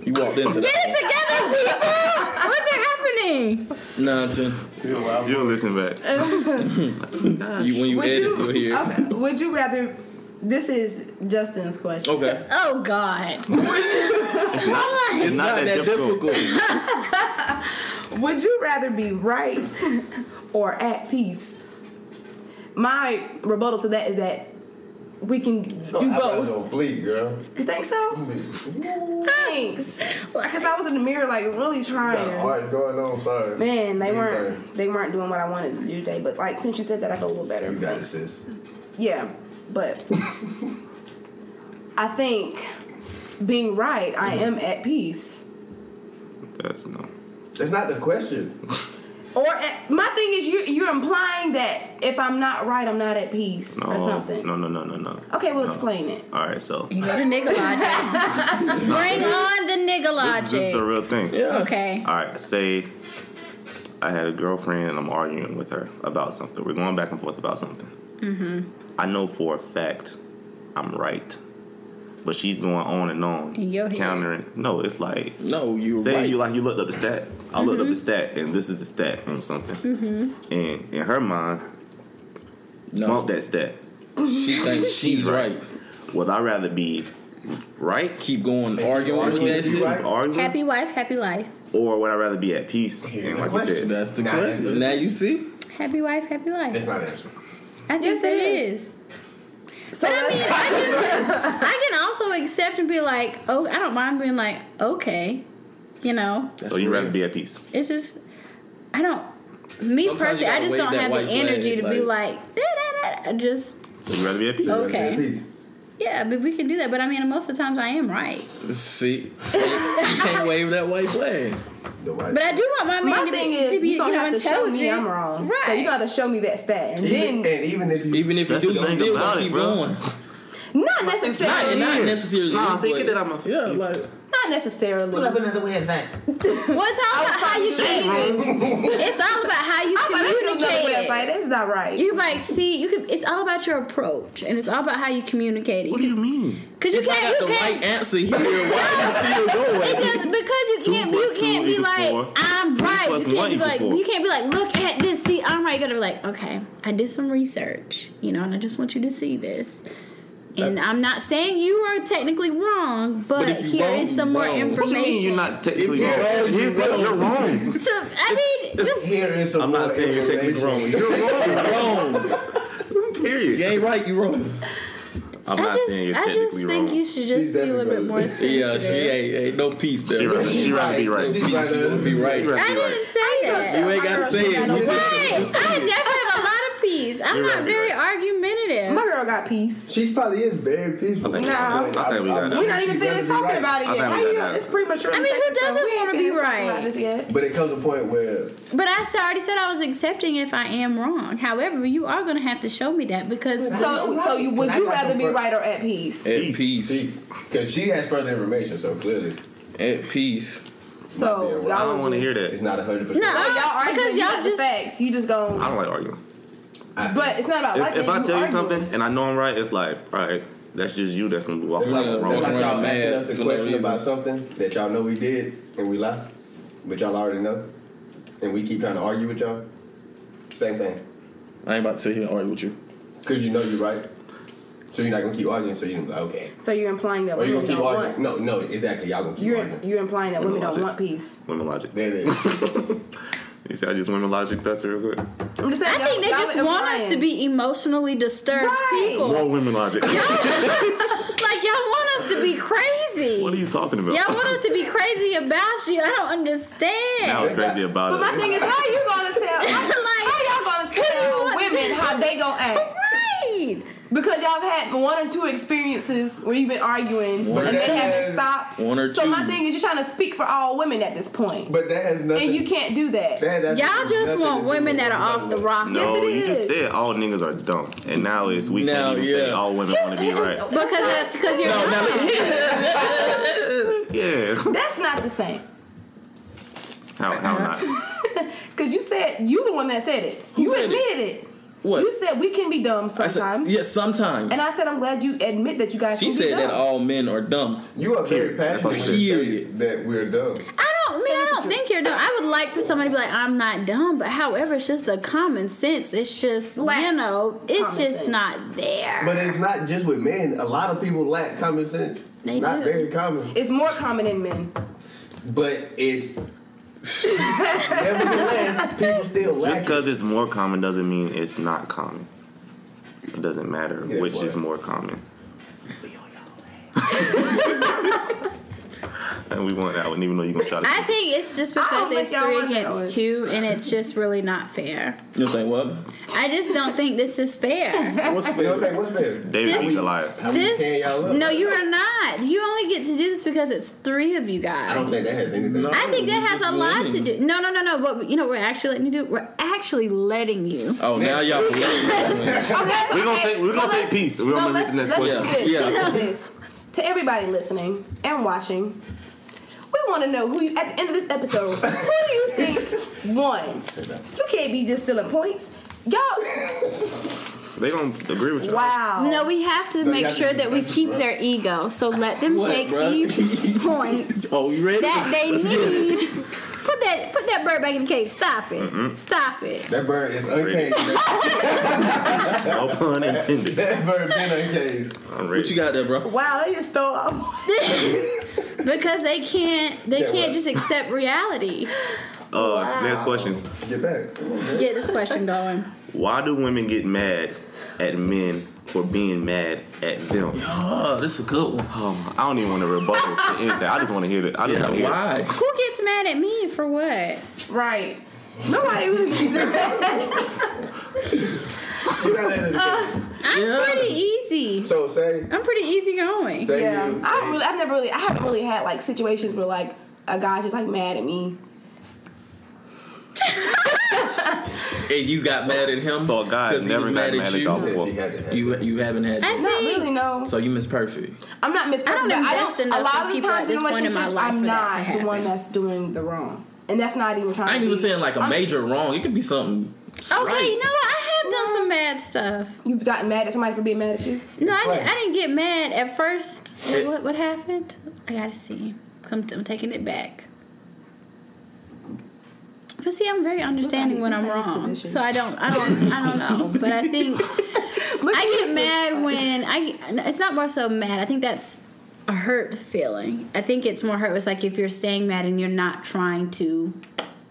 D: You walked into
H: Get
D: that.
H: it together, people! What's happening?
D: Nothing.
E: you'll listen back
D: You, when you
B: Would
D: edit,
B: you?
D: you'll hear. it.
B: Okay. Would you rather? This is Justin's question.
D: Okay.
H: Oh God!
E: it's, not, that, difficult,
B: Would you rather be right or at peace? My rebuttal to that is that we can do
I: I got
B: both.
I: no bleed, girl.
B: You think so? Thanks. Because I was in the mirror, like really
I: All
B: trying.
I: right, going on, sorry.
B: Man, they
I: You
B: weren't they weren't doing what I wanted to do today. But like since you said that, I feel a little better.
I: You got it,
B: Thanks.
I: sis.
B: Yeah, but I think being right, I am at peace.
E: that's no
I: That's not the question.
B: Or at, my thing is, you you're implying that if I'm not right, I'm not at peace
E: no
B: or something.
E: Oh, no no no no no
B: Okay, well,
E: No.
B: explain it.
E: all right so
H: You go to nigga logic. Bring on the nigga
E: this, this is a
H: logic.
E: real thing
D: Yeah.
H: Okay.
E: All right, say I had a girlfriend and I'm arguing with her about something. We're going back and forth about something. Mm-hmm. I know for a fact I'm right, but she's going on and on,
H: In your head.
E: countering. No, it's like
D: No, you were
E: say
D: right.
E: you like you looked up the stat. I looked
B: Mm-hmm.
E: up the stat, and this is the stat on something. Mm-hmm. And in her mind,
D: no,
E: bump that stat.
D: she thinks she's right.
E: Would I rather be right?
D: Keep going arguing with that shit.
I: Right.
E: Arguing,
H: Happy wife, happy life.
E: or would I rather be at peace?
I: Here's
E: and
I: the
E: like
I: question.
E: you said,
D: That's the
I: Nah,
D: question.
I: that's-
D: Now you see.
H: Happy wife, happy life.
I: That's not answering.
H: I think
B: Yes,
H: it
B: it
H: is.
B: is.
H: So I mean, I can, I can also accept and be like, oh, I don't mind being like, okay, you know,
E: so you would rather
D: real.
E: be at peace?
H: it's just, I don't.
D: Sometimes
H: Me
D: you
H: personally, I
D: gotta
H: just
D: wave
H: don't
D: that
H: have
D: white
H: the
D: flag,
H: energy to be like,
D: like-
H: da, da, da, da, just
E: So you rather be at peace?
H: Okay.
I: Peace.
H: yeah, but we can do that. But I mean, most of the times I am right.
D: See, See? you can't wave that white flag.
I: The white.
H: But I do want my man
B: My
H: to,
B: thing
H: be,
B: is,
H: to be,
B: you're
H: you
B: gonna
H: know,
B: have to show
H: intelligent.
B: me I'm wrong.
H: right?
B: So you're gonna have to show me that stat, and
I: even,
B: then
I: and even if you
D: Even if you
E: That's
D: do,
E: the
D: you
E: thing
D: still
E: about
D: gonna
E: it,
D: keep
E: bro.
D: going.
B: Not
J: It's not
B: necessarily.
J: in
D: Not
J: Yeah.
D: necessarily.
J: Nah, see,
D: but-
J: get that out my face.
D: Yeah, like
B: Not necessarily.
J: Pull up another website.
H: What's all about how you
J: Shit,
H: communicate?
J: bro.
H: It's all about how you
B: I'm about to do another
H: communicate.
B: website. That's not right.
H: You like see you could. It's all about your approach, and it's all about how you communicate.
J: What do you mean?
H: Because you,
D: if I
H: can't.
D: got
H: You
D: the
H: can't.
D: right answer here, why you still going?
H: It does- because you
J: Two
H: can't
J: plus
H: you can't
J: two
H: be
J: equals
H: like
J: four.
H: I'm right.
J: plus
H: You
J: one
H: can't be
J: equals
H: like
J: four.
H: you can't be like look at this. See, I'm right. You gotta be like okay, I did some research, you know, and I just want you to see this. And I'm not saying you are technically wrong, but,
D: if you
H: here
D: wrong,
H: is
D: you
H: some more
D: wrong.
H: information.
D: What
J: What you mean you're not technically
I: If
J: wrong?
I: you're wrong,
J: Here's
I: you're
J: the thing, you're wrong.
H: So I mean, just
I: Here is some
E: I'm not
I: more
E: saying you're technically
I: information.
E: wrong. You're
D: wrong.
E: period.
D: You ain't right. You wrong.
E: I'm
H: I
E: not
H: just,
J: saying
E: you're
H: I just
E: technically
H: think
E: wrong.
H: you should just
I: She's
H: be a little bit
I: definitely
H: more
I: right.
H: sensitive.
D: Yeah, she ain't ain't no peace there.
E: She rather,
D: Peace,
E: she rather be right.
I: She's right.
D: you gonna be right.
E: Right.
H: I didn't say that.
D: You ain't gotta say it. You
H: Right.
D: just-
H: I definitely have a lot of peace. I'm
E: You're
H: not
E: right,
H: very
E: you're
H: argumentative.
B: My girl got peace.
I: She's probably is very peaceful.
E: I think-
B: I think
E: we got that.
B: We're not even
I: She'd rather
B: finished
I: be
B: talking
I: right.
B: about it
E: I
B: yet.
E: think
B: How
E: we got
B: you?
E: that.
B: It's premature.
H: I mean, who doesn't
B: want
H: wanna
B: to
H: be
B: take this stuff. We ain't finished talking about
H: right?
B: this yet.
I: But it comes a point where
H: But I s- already said I was accepting if I am wrong. However, you are going to have to show me that because
B: So, so you, would
I: Can I
B: you
I: go
B: rather be
I: first?
B: right or at peace?
D: At
E: Peace.
D: peace.
I: she's because she has further information, so clearly
D: At peace.
B: So
I: Yeah, well,
B: y'all
E: I don't want to
B: just-
E: hear
I: it's
E: that.
I: not hundred
H: No.
I: percent.
B: Oh, y'all arguing,
H: Because
B: you
H: y'all
B: got
H: just-
B: the facts. You just
E: I
B: going.
E: don't like arguing.
H: Oh,
B: But it's not about like
E: If, if
B: that,
E: I tell you
B: arguing.
E: something and I know I'm right, it's like, all right, that's just you that's gonna be walking
I: Like,
E: around
D: Yeah,
E: wrong.
I: like
D: Right,
I: y'all
D: mad
I: asking us
D: for
I: the
D: no
I: question
D: reason.
I: about something that y'all know we did and we lied, but y'all already know, and we keep trying to argue with y'all. Same thing,
D: I ain't about to sit here and argue with you.
I: because you know you're right, so you're not gonna keep arguing. So you're gonna be like, okay,
B: So you're implying that
I: or
B: women
I: you gonna keep
B: don't want.
I: arguing? No, no, exactly. Y'all gonna keep
B: You're
I: arguing.
B: you're implying that
E: Women
B: women don't want
E: logic.
B: peace.
E: Women logic.
I: There it is.
E: You see, I just women logic that's real quick.
B: I'm just saying.
H: I think they
B: y'all-
H: just
B: y'all
H: want us to
B: implying.
H: be emotionally disturbed
B: Right.
H: people.
E: More women logic.
H: Like y'all want us to be crazy.
E: what are you talking about?
H: Y'all want us to be crazy about you. I don't
E: now
H: understand.
E: it's crazy about
B: But my
E: us.
B: thing is, how you gonna tell?
H: Like-
B: How y'all gonna tell women how they gonna act?
H: Right.
B: Because y'all have had one or two experiences where you've been arguing
D: One or
B: and they
D: two.
B: haven't stopped.
D: One or
B: So my
D: two.
B: thing is, you're trying to speak for all women at this point,
I: But that has nothing.
B: and you can't do that.
I: that has
H: Y'all just
I: nothing to
H: want
I: do
H: women
I: with
H: that are
I: what
H: off the
I: we
H: rock.
E: no,
B: Yes, it
E: you just
B: is.
E: said all niggas are dumb, and now it's we
D: Now,
E: can't even say
D: yeah.
E: all women want to be right.
H: Because that's because you're
D: No, now
H: wrong.
E: Yeah,
B: That's not the same.
E: how how not?
B: Cause you said you the one that said it.
D: Who
B: you
D: said it?
B: admitted it?
D: What?
B: You said we can be dumb
D: I said-
B: sometimes.
D: Yeah, sometimes.
B: And I said I'm glad you admit that you guys.
D: she
B: can be
D: said that
B: dumb.
D: all men are dumb.
I: You are very
E: Period. That's
I: passionate.
E: all she
I: when you
D: said.
I: say
D: Period.
I: That we're dumb.
H: I don't man, I don't think you're dumb. I would like for somebody to be like, I'm not dumb, but however, it's just the common sense. It's just you
B: Lacks
H: know, it's
B: common
H: just
B: sense.
H: not there.
I: But it's not just with men. A lot of people lack common sense.
H: They
I: not
H: do.
I: very common.
B: It's more common in men.
I: But it's nevertheless people still
E: Just
I: lack. it.
E: because it's more common doesn't mean it's not common. It doesn't matter
I: Yeah,
E: which
I: boy.
E: is more common. and we want that one, even though you're gonna try to.
H: I think it's just
B: I don't
H: because it's
B: think y'all
H: three
B: want that one.
H: against two, and it's just really not fair.
D: You think what?
H: I just don't think this is fair.
D: What's
I: You know
D: favorite?
I: what I'm saying? What's better?
E: David
H: this-
E: beat Goliath.
I: How
H: This,
I: we tear y'all up?
H: no, you are not. You only get to do this because it's three of you guys.
I: I don't think that has anything.
D: No.
H: I think that
D: You're
H: has
D: just
H: a lot
D: winning.
H: to do. No, no, no, no. What you know, we're actually letting you do. We're actually letting you.
D: Oh, now y'all believe.
B: Okay, so-
E: We're gonna
B: okay,
E: take we're
B: well,
E: gonna take
B: let's-
E: peace. We're
B: No,
E: gonna move
B: let's,
E: to the
B: let's
E: next
B: do
E: question.
B: this.
D: Yeah.
B: Let's do this. To everybody listening and watching, we want to know who you, at the end of this episode, who do you think won? You can't be just stealing points. Y'all,
E: They gonna agree with you.
B: wow.
H: No, we have to
I: you
H: make
I: have to
H: sure
I: be
H: that we
I: present,
H: keep
I: bruh.
H: their ego. So let them
D: What,
H: take
D: bruh?
H: these points
D: Oh, you ready?
H: that they need. Put that put that bird back in the cage. Stop it. Stop it.
I: That bird is uncaged. That
E: No pun intended.
I: that bird been uncaged.
E: I'm
D: What you
E: ready.
D: got there, bro?
B: Wow, they just stole our points.
H: because they can't they
I: Yeah,
H: can't
I: what?
H: just accept reality.
E: Uh, next question.
I: Get back. Come on, man.
H: Get this question going.
E: Why do women get mad at men for being mad at them?
D: Oh, this is a good one.
E: Oh, I don't even want to rebuttal to anything. I just want to hear it. I just
D: Yeah,
E: want to hear it.
D: why?
H: Who gets mad at me for what?
B: Right. Nobody really gets that.
I: Get out of there.
H: I'm
D: Yeah.
H: pretty easy.
I: So say,
H: I'm pretty easy going.
I: say
B: Yeah.
I: you.
B: I really, I've never really, I haven't really had like situations where like a guy's just like mad at me.
D: and you got mad at him.
E: So God
D: because he
E: never
D: was
E: got
D: mad
E: mad
D: at
E: at y'all
D: you.
E: for-
D: You you haven't had.
H: I
D: you.
B: Not
H: think
B: really, no.
D: So you miss perfect.
B: I'm not Miss
H: I
B: Perfect,
H: don't
B: but
H: invest enough
B: a lot
H: in
B: of the
H: people
B: times
H: at
B: in
H: this point in my
B: relationships,
H: life
B: I'm
H: for that to
B: not the one
H: happen.
B: that's doing the wrong, and that's not even trying.
D: I ain't
B: to
D: even
B: be-
D: saying like a
B: I'm-
D: major wrong. It could be something.
H: Okay,
D: slight.
H: you know what? I have done some mad stuff.
B: You got mad at somebody for being mad at you.
H: No, I,
I: Explain.
H: didn't- I didn't get mad at first. what what happened? I gotta see. I'm, I'm taking it back. But see, I'm very understanding when I'm
B: look at his
H: wrong,
B: position.
H: so I don't, I don't, I don't know. But I think
B: Look at
H: I
B: his
H: get mad when I. It's not more so mad. I think that's a hurt feeling. I think it's more hurt. It's like if you're staying mad and you're not trying to,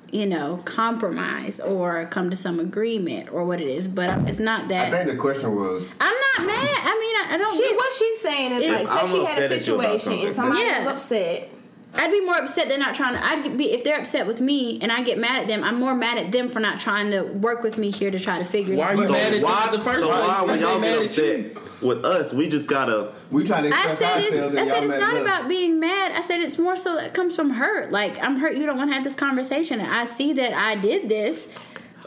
H: you know, compromise or come to some agreement or what it is. But it's not
I: I
H: that.
I: think the question was
H: I'm not mad. I mean, I, I don't.
B: She
H: get-
B: what she's saying is like,
H: If
B: say
E: I'm
B: she had
E: upset
B: a
E: at you about
B: situation
E: something.
B: and somebody
H: Yeah.
B: was upset.
H: I'd be more upset they're not trying to. I'd be if they're upset with me and I get mad at them. I'm more mad at them for not trying to work with me here to try to figure.
D: Why are
H: this
D: you
H: out.
D: mad at
E: why
D: them in the first
E: so
D: place?
E: why
D: They
E: when y'all
D: mad
E: get
D: at you.
E: upset with us? We just gotta.
I: we trying to
H: I
I: express
H: said it's.
I: ourselves.
H: I
I: and
H: said
I: y'all
H: it's
I: mad
H: not
I: at us.
H: about being mad. I said it's more so that comes from hurt. Like I'm hurt. You don't want to have this conversation. And I see that I did this.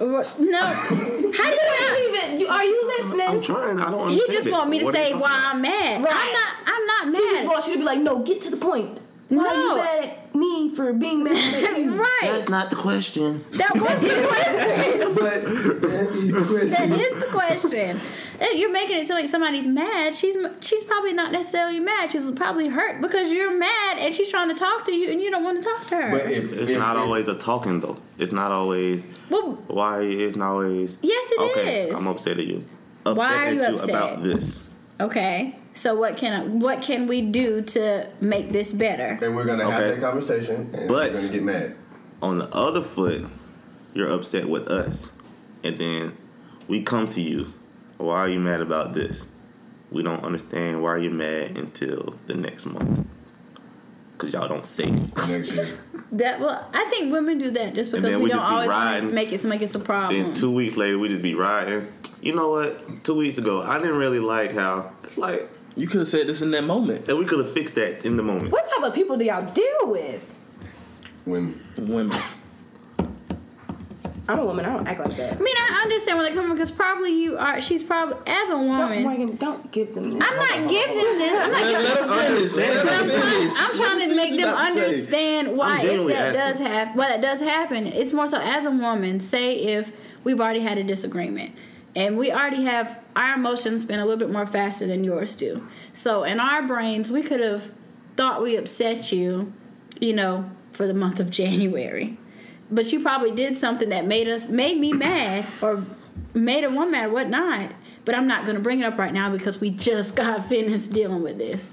H: Or- No, how do you not?
B: Even you are you listening?
E: I'm trying. I don't understand.
H: You just
E: it.
H: want me to
E: What are you
H: say
E: talking
H: why
E: about?
H: I'm mad. I'm
B: Right.
H: not. I'm not mad.
B: he just wants you to be like, no, get to the point. Why are
H: No.
B: you mad at me for being mad at you?
H: right.
J: That's not the question.
H: That was the question.
I: But that is the
H: That
I: question.
H: is the question. If You're making it so like somebody's mad. She's she's probably not necessarily mad. She's probably hurt because you're mad and she's trying to talk to you and you don't want to talk to her.
I: But if
E: It's
I: if,
E: not
I: if,
E: always a talking though. It's not always.
H: well,
E: Why it's not always.
H: Yes, it
E: it okay,
H: is.
E: I'm upset at you. Upset
H: Why are
E: at
H: you upset?
E: about this?
H: okay. So what can I, what can we do to make this better?
I: and we're gonna have
E: Okay.
I: that conversation, and
E: But-
I: we're gonna get mad.
E: On the other foot, you're upset with us, and then we come to you. Why are you mad about this? We don't understand why you're mad until the next month, cause y'all don't say it.
I: next year.
H: That well, I think women do that just because
E: then
H: we
E: we
H: don't
E: just be
H: always want to
E: riding.
H: make it make it a problem.
E: Then
B: Mm.
E: two weeks later, we just be riding. You know what? Two weeks ago, I didn't really like how. It's like,
D: You could have said this in that moment.
E: and we could have fixed that in the moment.
B: What type of people do y'all deal with?
I: Women.
D: Women.
B: I'm a woman. I don't act like that.
H: I mean, I understand where they come from because probably you are. She's probably as a
B: Don't,
H: woman.
B: Morgan, don't give them this.
H: I'm not giving them this. I'm not
D: Let, let
H: giving
D: her finish. Let her
H: I'm trying,
D: finish.
H: I'm
D: Let
H: trying
D: her
H: to
D: see what
H: make
D: she
H: them
D: about to say.
H: understand why if
E: genuinely
H: that does
E: asking.
H: happen, why that does happen. It's more so as a woman. Say if we've already had a disagreement, and we already have our emotions spin a little bit more faster than yours do. So in our brains, we could have thought we upset you, you know, for the month of January, but you probably did something that made us made me mad or made a woman mad or whatnot. But I'm not gonna bring it up right now because we just got finished dealing with this.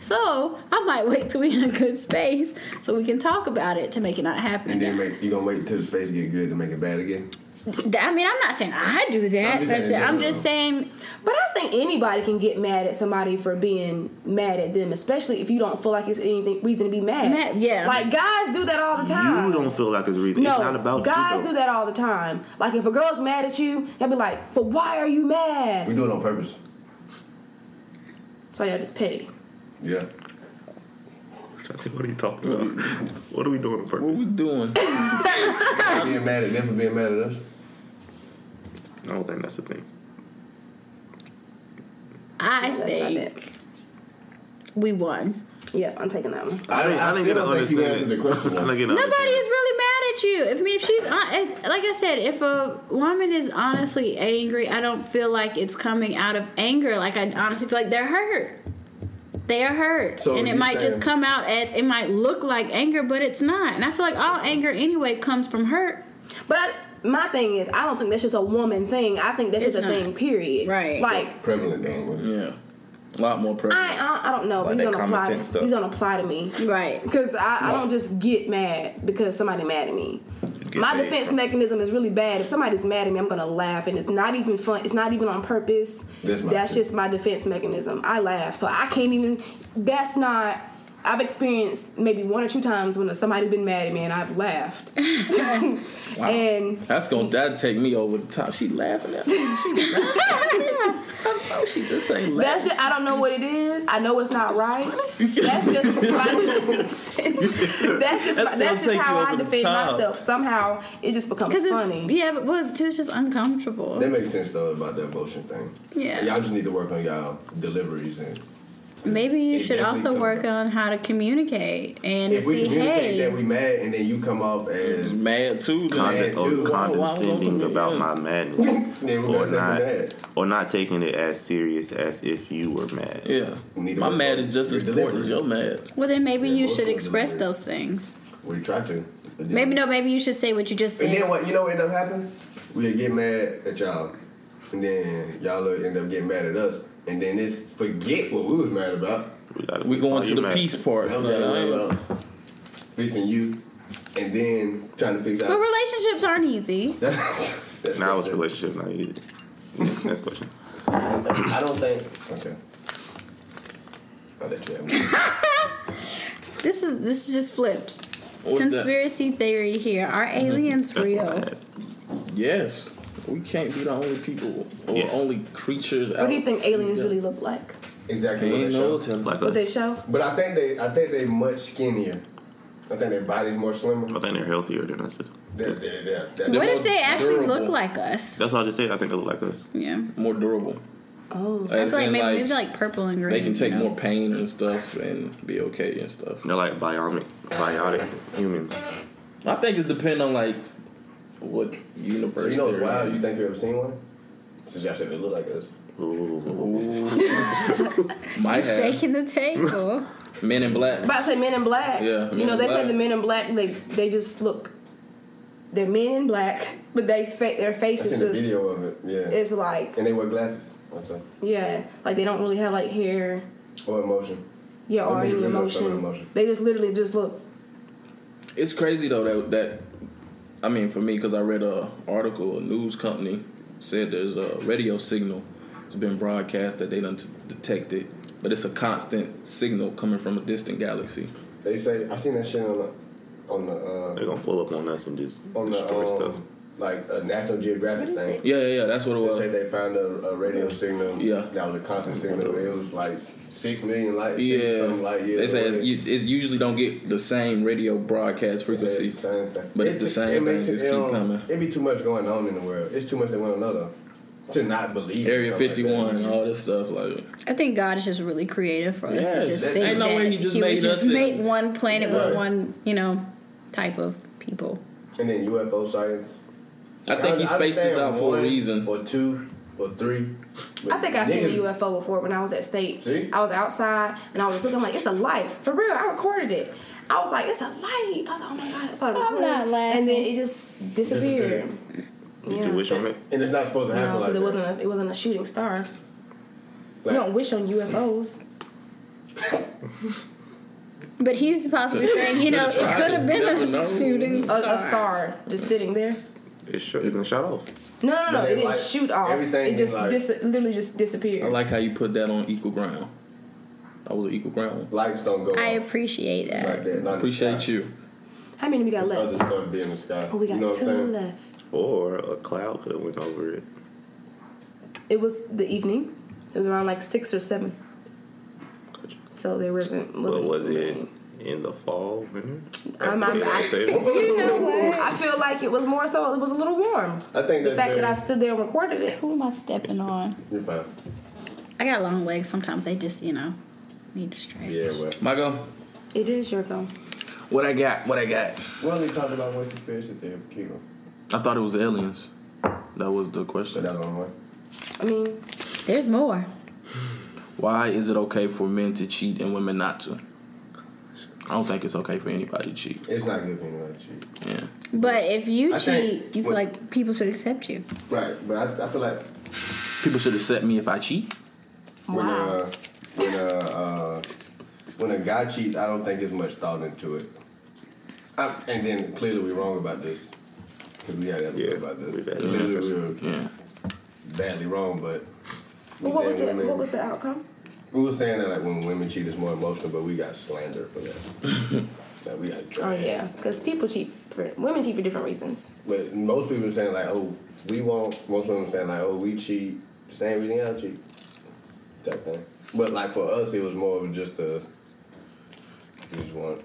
H: So I might wait till we're in a good space so we can talk about it to make it not happen.
I: And then
H: again.
I: make you gonna wait until the space get good to make it bad again.
H: Th- I mean, I'm not saying I do that.
I: I'm just
H: but
I: saying in
H: I'm just saying
B: But I think anybody can get mad at somebody for being mad at them, especially if you don't feel like it's anything reason to be mad.
H: Mad, yeah.
B: Like guys do that all the time.
E: You don't feel like it's reading.
B: No,
E: it's not about
B: guys
E: you. though.
B: do that all the time. Like if a girl's mad at you, they'll be like, "But why are you
I: We
B: mad?"
I: do it on purpose.
B: So y'all just petty.
I: Yeah.
E: Shanti, What are you talking about? what are we doing on
D: What
E: purpose?
D: we doing?
I: being mad at them for being mad at us.
E: I don't think that's the thing.
H: I
B: That's not
H: think
B: it.
H: we won.
B: Yeah, I'm taking that one.
E: I, didn't, I, didn't
I: still
E: get an
I: don't think you answered
E: understanding.
I: the question.
E: I didn't get an
H: Nobody
E: understanding.
H: is really mad at you. If I mean, if she's on, if- like I said, if a woman is honestly angry, I don't feel like it's coming out of anger. Like I honestly feel like they're hurt. They are hurt,
I: So
H: and it
I: you
H: might just
I: saying-
H: come out as it might look like anger, but it's not. And I feel like all anger anyway comes from hurt.
B: But I, my thing is, I don't think that's just a woman thing. I think that's
H: It's
B: just a
H: not.
B: thing. Period.
H: Right.
B: Like
I: Prevalent though.
D: Yeah. A lot more pressure.
B: I, I, I don't know.
E: Like
B: These
E: that
B: don't
E: common
B: apply.
E: sense stuff.
B: These don't apply to me.
H: Right.
B: Because I, I don't just get mad because somebody mad at me.
E: get
B: My
E: mad
B: defense
E: from-
B: mechanism is really bad. If somebody's mad at me, I'm gonna laugh, and it's not even fun. It's not even on purpose.
I: That's mine, too.
B: just my defense mechanism. I laugh, so I can't even. That's not. I've experienced maybe one or two times when somebody's been mad at me and I've laughed.
D: Wow.
B: And
D: That's gonna that take me over the top. She laughing at me. She laughing. I know she just ain't laughing.
B: That's just, I don't know what it is. I know it's not right. That's just that's just
D: That still
B: that's just
D: take
B: how
D: you
B: I
D: over the
B: defend
D: top.
B: myself. Somehow it just becomes
H: Because
B: funny.
H: it's yeah, but well, too, it's just uncomfortable.
I: That makes sense though about that motion thing.
H: Yeah.
I: Y'all just need to work on y'all deliveries and
H: Maybe you
I: It
H: should
I: definitely
H: also
I: comes
H: work
I: up.
H: on how to communicate and to
I: if we
H: see,
I: communicate
H: hey,
I: that we mad and then you come off as
D: She's mad too. then.
I: Mad
E: Conde-
I: too.
E: or
D: Wow,
E: condescending
D: wow, wow,
E: about
D: wow.
E: my madness,
I: Yeah, we're
E: or
I: gonna
E: not,
I: think we're mad.
E: or not taking it as serious as if you were mad.
D: Yeah.
I: We need to
D: My
I: work
D: mad
I: on
D: is just
I: your
D: as important as your
I: delivery.
D: mad.
H: well, then maybe
I: Yeah,
H: you
I: most
H: should
I: of them
H: express
I: are-
H: those things.
I: we try to. But then-
H: Maybe no, maybe you should say what you just
I: And
H: said.
I: then what you know what end up happening? We'll get mad at y'all. And then y'all will end up getting mad at us. And then it's forget what we was mad about.
E: We gotta
D: We
E: fix all
D: going to
E: your
D: the
E: mad-
D: peace part.
I: I'm
D: like,
I: mad
D: I ain't-
I: about fixing you and then trying to fix
H: but
I: out
H: relationships aren't easy.
I: That's
E: Now it's
I: what
E: relationship, not you. Next, next question.
I: I don't think Okay. I'll let you have it.
H: This is this is just flipped.
D: What's that?
H: Conspiracy theory here. Are aliens
E: That's all I
H: real?
E: had.
D: Yes. We can't be the only people or
E: Yes.
D: only creatures out
B: What do you think aliens
D: Yeah.
B: really look like?
I: Exactly
D: Ain't
I: what they
D: no
I: show.
D: telling.
E: Like
B: What they
E: us.
B: show?
I: But I think they I think they much skinnier. I think their body's more
E: I
I: slimmer.
E: think they're healthier than us.
I: They're, they're, they're, they're,
H: What
D: They're
H: if they
D: more
H: actually
D: durable.
H: look like us?
E: That's what I just said. I think they look like us.
H: Yeah,
D: more durable.
B: Oh,
H: I
D: As
H: feel like
D: in,
H: maybe,
D: like,
H: maybe like purple and green.
D: they can
H: you
D: take
H: know?
D: more pain and stuff and be okay and stuff.
E: They're like bionic, bionic humans.
D: I think it's depend on like what universe.
I: So you know it's
D: they're
I: wild.
D: in.
I: You think you ever seen one? Since y'all said they look like us.
E: Ooh.
D: Might have
H: shaking the table.
D: Men in Black.
B: about to say Men in Black.
D: Yeah, Men
B: you know
D: in
B: they
D: Black.
B: say the Men in Black they they just look. They're men in black, but they fa- their
I: I seen
B: faces
I: a
B: just
I: video of it. Yeah.
B: is like
I: and they wear glasses. Okay.
B: yeah, like they don't really have like hair,
I: Or emotion.
B: yeah, or
I: They
B: any
I: really don't show no
B: emotion.
I: emotion.
B: They just literally just look
D: It's crazy though that that I mean for me because I read a article a news company said there's a radio signal that's been broadcast that they done t- detected, but it's a constant signal coming from a distant galaxy.
I: They say I seen that shit on the on
E: They're
I: the
E: gonna pull up on us and just
I: uh, on the
E: destroy stuff.
I: um, like a National Geographic thing.
D: Yeah, yeah, yeah. That's what it
I: They
D: was.
I: said they found a, a radio signal.
D: Yeah.
I: That was a constant signal. It was like six million light years.
D: Yeah,
I: Something light years.
D: they say
I: away.
D: it's, you- it's usually don't get the same radio broadcast
I: They say
D: frequency.
I: it's the same thing.
D: But it's the
I: just-
D: same
I: it
D: thing,
I: makes
D: just
I: it,
D: keep
I: um,
D: coming.
I: It be too much going on in the world. It's too much they want to know though. To not believe. in
D: Area
I: something like that.
D: fifty one, all this stuff like
H: I think God is just really creative for us
D: Yes,
H: to just
D: that-
H: think
D: ain't
H: that
D: no way he just
H: would
D: made
H: just
D: us
H: make
D: and-
H: one planet with
D: Right.
H: one, you know, type of people.
I: And then UFO sightings.
D: I think he
I: I
D: spaced this
I: understand
D: out for a
I: one
D: reason.
I: Or two or three.
B: I think I seen uh,
I: Niggas-
B: a UFO before when I was at state.
I: See?
B: I was outside and I was looking like it's a light for real. I recorded it. I was like, it's a light. I was like, oh my god, I started
H: I'm
B: recording.
H: not laughing.
B: And then it just disappeared.
E: Did
B: Yeah.
E: you wish on it?
I: And it's not supposed to happen
B: No,
I: like
B: because
I: that.
B: it wasn't a, it wasn't a shooting star.
I: Like,
B: you don't wish on UFOs.
H: But he's possibly saying, you know, Oh, it could
D: Could've tried.
H: have been
D: You never
H: a
D: know.
H: shooting
B: A,
H: star.
B: a star just sitting there.
E: It should. It been shot off.
B: No, no, no.
I: But
B: It
I: they
B: didn't
I: like-
B: shoot off.
I: everything
B: It just
I: like-
B: dis- literally just disappeared.
D: I like how you put that on equal ground. That was an equal ground.
I: lights don't go
H: I
I: off
H: appreciate that.
I: like that. Not
D: Appreciate you.
B: How many we got
I: Other
B: left?
I: stuff be in the sky.
B: Oh, we got
I: you know what
B: two
I: I'm saying?
B: left.
E: Or a cloud could have went over it.
B: It was the evening. It was around like six or seven. So there wasn't. wasn't
E: But was it in the fall, winter?
B: I'm- I'm-
E: Yeah, say-
B: You know what? I feel like it was more so. It was a little warm.
I: I think
B: The
I: that's
B: fact that
I: very-
B: I stood there and recorded it.
H: Who am I stepping on?
I: You're fine.
H: I got long legs. Sometimes they just, you know, need to stretch.
I: Yeah, well.
D: Michael,
B: It is your go.
D: what I got? What I got?
I: Well, we talked about one conspiracy theory, keep them.
D: I thought it was aliens. That was the
I: So
D: question.
I: that's one way.
B: I mean,
H: There's more.
I: uh,
D: Why is it okay for men to cheat and women not to? I don't think it's okay for anybody to cheat.
I: It's not good for anyone to cheat.
D: Yeah.
H: But if you
I: I
H: cheat,
I: think
H: you feel
I: what-
H: like people should accept you.
I: Right, but I, I feel like
D: People should accept me if I cheat.
I: when uh when uh, uh when a guy cheats, I don't think there's much thought into it. I, and then clearly we're wrong about this because we had that
E: Yeah,
I: about this.
E: we had that
I: Clearly we were
D: Yeah.
I: badly wrong, but we
B: what was
I: saying
B: the
I: women-
B: what was the outcome?
I: we were saying that like when women cheat, it's more emotional, but we got slandered for that. Like, we got
H: Oh
I: trash.
H: yeah, because people cheat for women cheat for different reasons.
I: But most people are saying like, oh, we won't. Most of them saying like, oh, we cheat. Same reason y'all cheat. Type thing. But like for us, it was more of just a. We just want.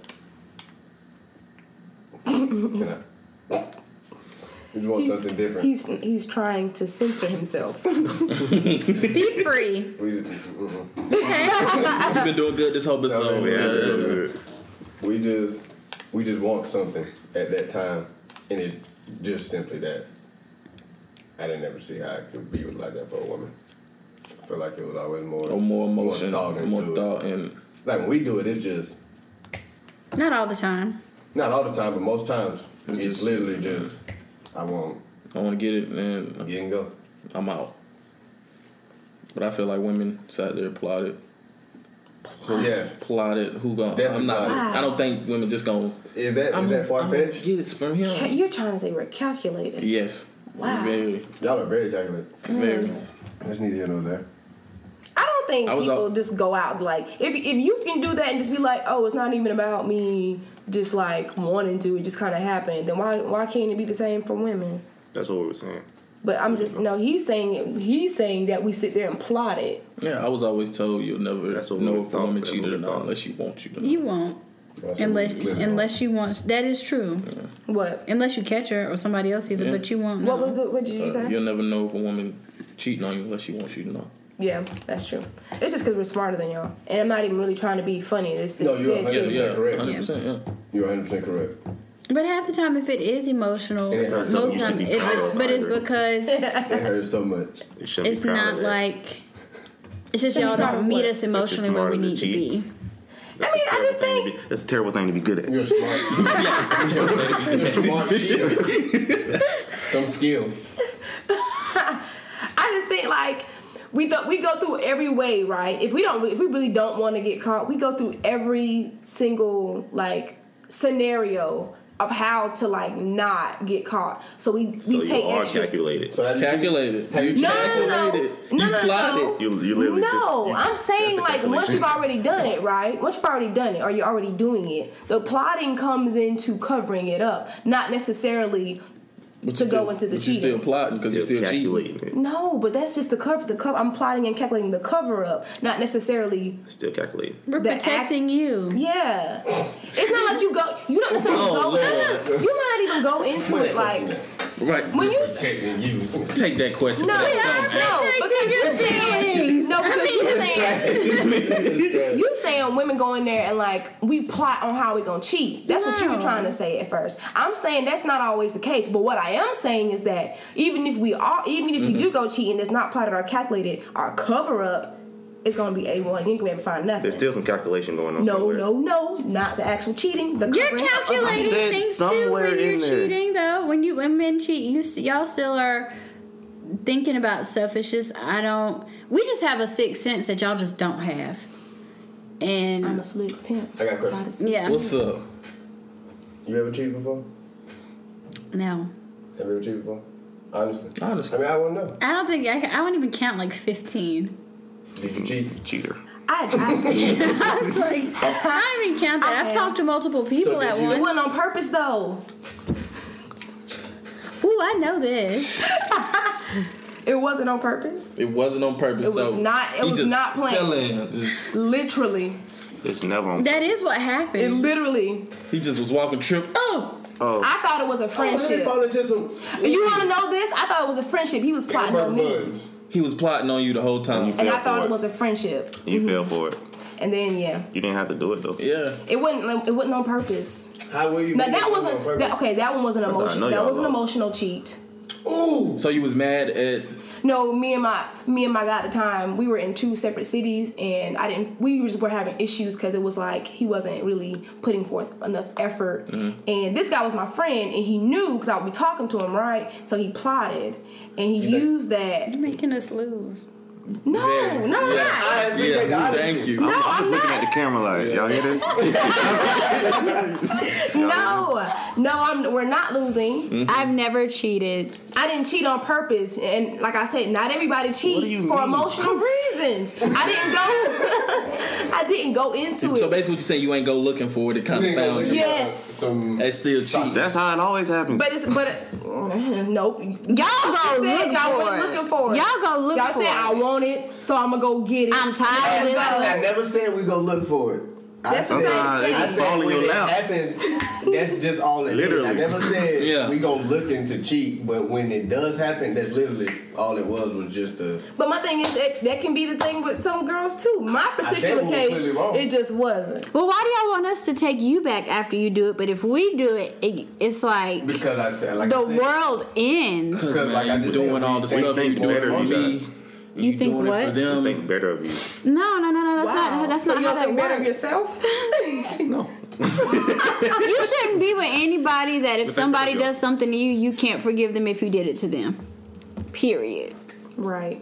I: Can I? We just want something different.
H: He's he's trying to censor himself.
C: Be free.
I: we just. mm-mm.
D: You've been doing good this whole episode.
I: yeah,
D: Yeah, yeah, yeah.
I: We just. We just want something at that time, and it just simply that. I didn't ever see how it could be like that for a woman. I feel like it was always more.
D: Or more emotion, more thought,
I: into it.
D: and
I: Like when we do it, it's just
C: Not all the time.
I: not all the time, but most times
D: It's
I: it's,
D: just-
I: literally just I won't
D: I want to get it, and
I: get and go.
D: I'm out. But I feel like women sat there plotted,
I: Yeah,
D: plotted. Who gonna? I'm
I: Definitely
D: not. Just,
H: plotted.
D: I don't think women just gonna.
I: is that
D: I'm
I: is that far
D: I'm gonna
I: fetched?
D: get it from
H: Ca-
D: him.
H: You're trying to say we're calculated.
D: Yes.
H: Wow. Mm.
D: Very,
I: Y'all are very calculated.
D: very.
I: That's neither here nor there.
H: I don't think
D: I was
H: people
D: all-
H: just go out like if if you can do that and just be like, oh, it's not even about me, just like wanting to, it just kind of happened. Then why why can't it be the same for women?
E: That's what we were saying.
H: But I'm just no. He's saying it, he's saying that we sit there and plot it.
D: Yeah, I was always told you'll never
E: That's what
D: know
E: we
D: if a
E: thought,
D: woman
E: that's
D: cheated
E: what
D: or
E: we
D: not
E: thought.
D: unless she wants you to. know.
C: You won't. Unless unless you want that is true.
H: What
C: Unless you catch her or somebody else sees
D: Yeah.
C: it, but you won't.
H: what
C: know.
H: was the what did you
D: Uh,
H: say?
D: you'll never know if a woman cheating on you unless she wants you to know.
H: Yeah, that's true. It's just because we're smarter than y'all, and I'm not even really trying to be funny. It's the,
I: No, you're
H: this
I: right.
H: is-
I: Yeah, correct.
D: 100%. Yeah.
I: You're 100 percent correct.
C: But half the time, if it is emotional,
I: It ain't
C: most
E: something you should
C: time,
E: be
C: it,
E: proud of
C: but it's
E: either.
C: because
I: It hurts so much.
E: You should be
C: it's
E: proud of
C: not
E: that.
C: like it's just y'all
H: proud of
C: don't meet
H: what?
C: us emotionally where
E: smarter
C: we
E: than
C: need to
E: cheat.
C: be.
E: That's
H: I mean,
E: a
H: I
E: terrible
H: just
E: thing to
H: think-
E: be- that's a terrible thing to be good at.
I: You're smart. smart cheater. Some skill.
H: I just think like we th- we go through every way, right? If we don't, if we really don't want to get caught, we go through every single like scenario of how to like not get caught. So we we
E: So
H: take
E: you are
H: extra.
E: calculated.
I: So that means-
D: Calculated.
I: Have
D: You
I: you-
H: No, no, no,
D: calculated.
H: no, no,
D: You
H: no,
D: plotted.
H: no.
E: You, you literally just.
H: no,
E: you-
H: I'm saying
E: that's a
H: like once you've
E: calculation.
H: already done it, right? Once you've already done it, or you're already doing it, the plotting comes into covering it up, not necessarily.
D: But
H: to
D: you
H: go
D: still-
H: into the
D: but you still
H: cheating.
D: plotting because you
E: You're
D: still cheating.
E: calculating it.
H: No, but that's just the cover. The cover. I'm plotting and calculating the cover up, not necessarily
E: Still calculating.
C: We're
H: The act-
C: protecting you.
H: Yeah. It's not like you go, you don't necessarily
D: Oh,
H: go, you might not even go into it like,
D: Right.
H: when you,
I: Protecting you.
D: Take that question.
H: no,
D: for that
H: no,
D: dumb ass.
H: no, because you're saying, no, because you're saying, you saying women go in there and like, we plot on how we gonna cheat. That's what you were
C: No.
H: trying to say at first. I'm saying that's not always the case, but what I am saying is that even if we are, even
I: Mm-hmm.
H: if you do go cheat and it's not plotted or calculated, our cover up is gonna be A1. You ain't gonna be able to find nothing.
E: There's still some calculation going on
H: No,
E: somewhere.
H: no, no, not the actual cheating. The
C: You're
H: covering up of-
C: calculating
E: said
C: things too
E: somewhere
C: when you're
E: in there.
C: cheating, though. When you when men cheat, you s- y'all still are thinking about stuff. It's just I don't. We just have a sixth sense that y'all just don't have. And
H: I'm a slick pimp.
I: I got a question.
C: yeah,
D: What's up?
I: You ever cheated before?
C: no,
I: Have you ever cheated before? Honestly.
D: Honestly.
I: I mean, I want to know.
C: I don't think I, can- I don't even count like fifteen.
I: Did you cheat?
E: Cheater.
H: I,
C: I was like, I don't even count that. I've
H: Okay.
C: talked to multiple people
I: So did
C: at
I: you-
H: I, it
C: once.
H: wasn't on purpose though.
C: Ooh, I know this.
H: It wasn't on purpose.
D: It wasn't on purpose.
H: It was
D: so
H: not- it
D: he
H: was
D: just
H: not planned.
D: Fell in. Just-
H: Literally,
E: It's never on.
C: That is what
H: it
C: happened.
H: literally.
D: he just was walking trip. Oh,
E: oh,
H: I thought it was a friendship.
I: fall into some.
H: you want to know this? I thought it was a friendship. He was plotting on me,
I: buns.
D: he was plotting on you the whole time.
E: You
H: and I
E: fell
H: thought
E: for
H: it was a friendship.
E: you fell for it.
H: And then yeah,
E: You didn't have to do it though.
D: yeah.
H: it wasn't. like, It wasn't on purpose.
I: How will you?
H: Now
I: make
H: that
I: it on
H: wasn't.
I: purpose?
H: That, okay, that one wasn't
E: how I know
H: emotional. That
E: y'all
H: was an
E: lost.
H: emotional cheat.
I: Ooh.
D: So you was mad at.
H: No, me and my me and my guy at the time, we were in two separate cities, and I didn't. We just were having issues because it was like he wasn't really putting forth enough effort. And this guy was my friend, and he knew because I would be talking to him, right? So he plotted, and he used that.
C: You're making us lose.
H: No,
D: Yeah.
H: no,
D: Yeah.
H: I'm not.
I: I
D: Yeah,
I: appreciate the honesty.
D: thank you.
H: No,
E: I'm
H: I'm
E: just looking at the
H: not.
E: camera like, y'all hear this?
H: No, no, I'm. We're not losing.
I: Mm-hmm.
C: I've never cheated.
B: I didn't cheat on purpose, and like I said, not everybody cheats
E: you
B: for
E: mean?
B: emotional reasons. I didn't go. I didn't go into
D: So
B: it.
D: basically, what you're saying, you ain't go looking for it. It kind
I: You
D: of
I: ain't gonna
D: found
I: look
D: you.
I: at
B: Yes.
I: Some
D: That's still cheating.
E: That's how it always happens.
B: But it's but uh, nope. Y'all
C: go look
B: y'all
C: for
B: was
C: it.
B: looking for it.
C: Y'all go look
B: Y'all
C: for
B: said I
C: it.
B: want it, so I'm gonna go get it.
C: I'm tired of this.
H: I never said we go look for it. I
B: That's the
H: said-
B: same
E: Sometimes they
B: thing.
H: I
E: just
H: said
E: fall in
H: when
E: your
H: it
E: lap.
H: happens, that's just all it is.
E: Literally.
H: I never said
D: Yeah.
H: we go looking to cheat, but when it does happen, that's literally all it was was just a.
B: But my thing is that that can be the thing with some girls too. My particular
I: we were
B: case,
I: clearly wrong.
B: it just wasn't.
C: Well, why do y'all want us to take you back after you do it? But if we do it, it it's like
I: because I said like
C: the
I: I said,
C: world ends.
I: Because like I
D: Man, you
I: just
D: doing
I: said,
D: all the
I: we-
D: stuff
E: think
D: you doing
E: better
D: for
E: of
D: me.
E: us.
C: You think
D: doing it for
C: what?
D: them.
E: think better of you.
C: No, no, no, no. That's not. That's
B: so
C: not
B: you
C: how
B: don't
C: that
B: think better of
C: works.
B: yourself.
E: No.
C: you shouldn't be with anybody that if
E: But they
C: somebody
E: really
C: does something to you, you can't forgive them if you did it to them. Period.
B: right.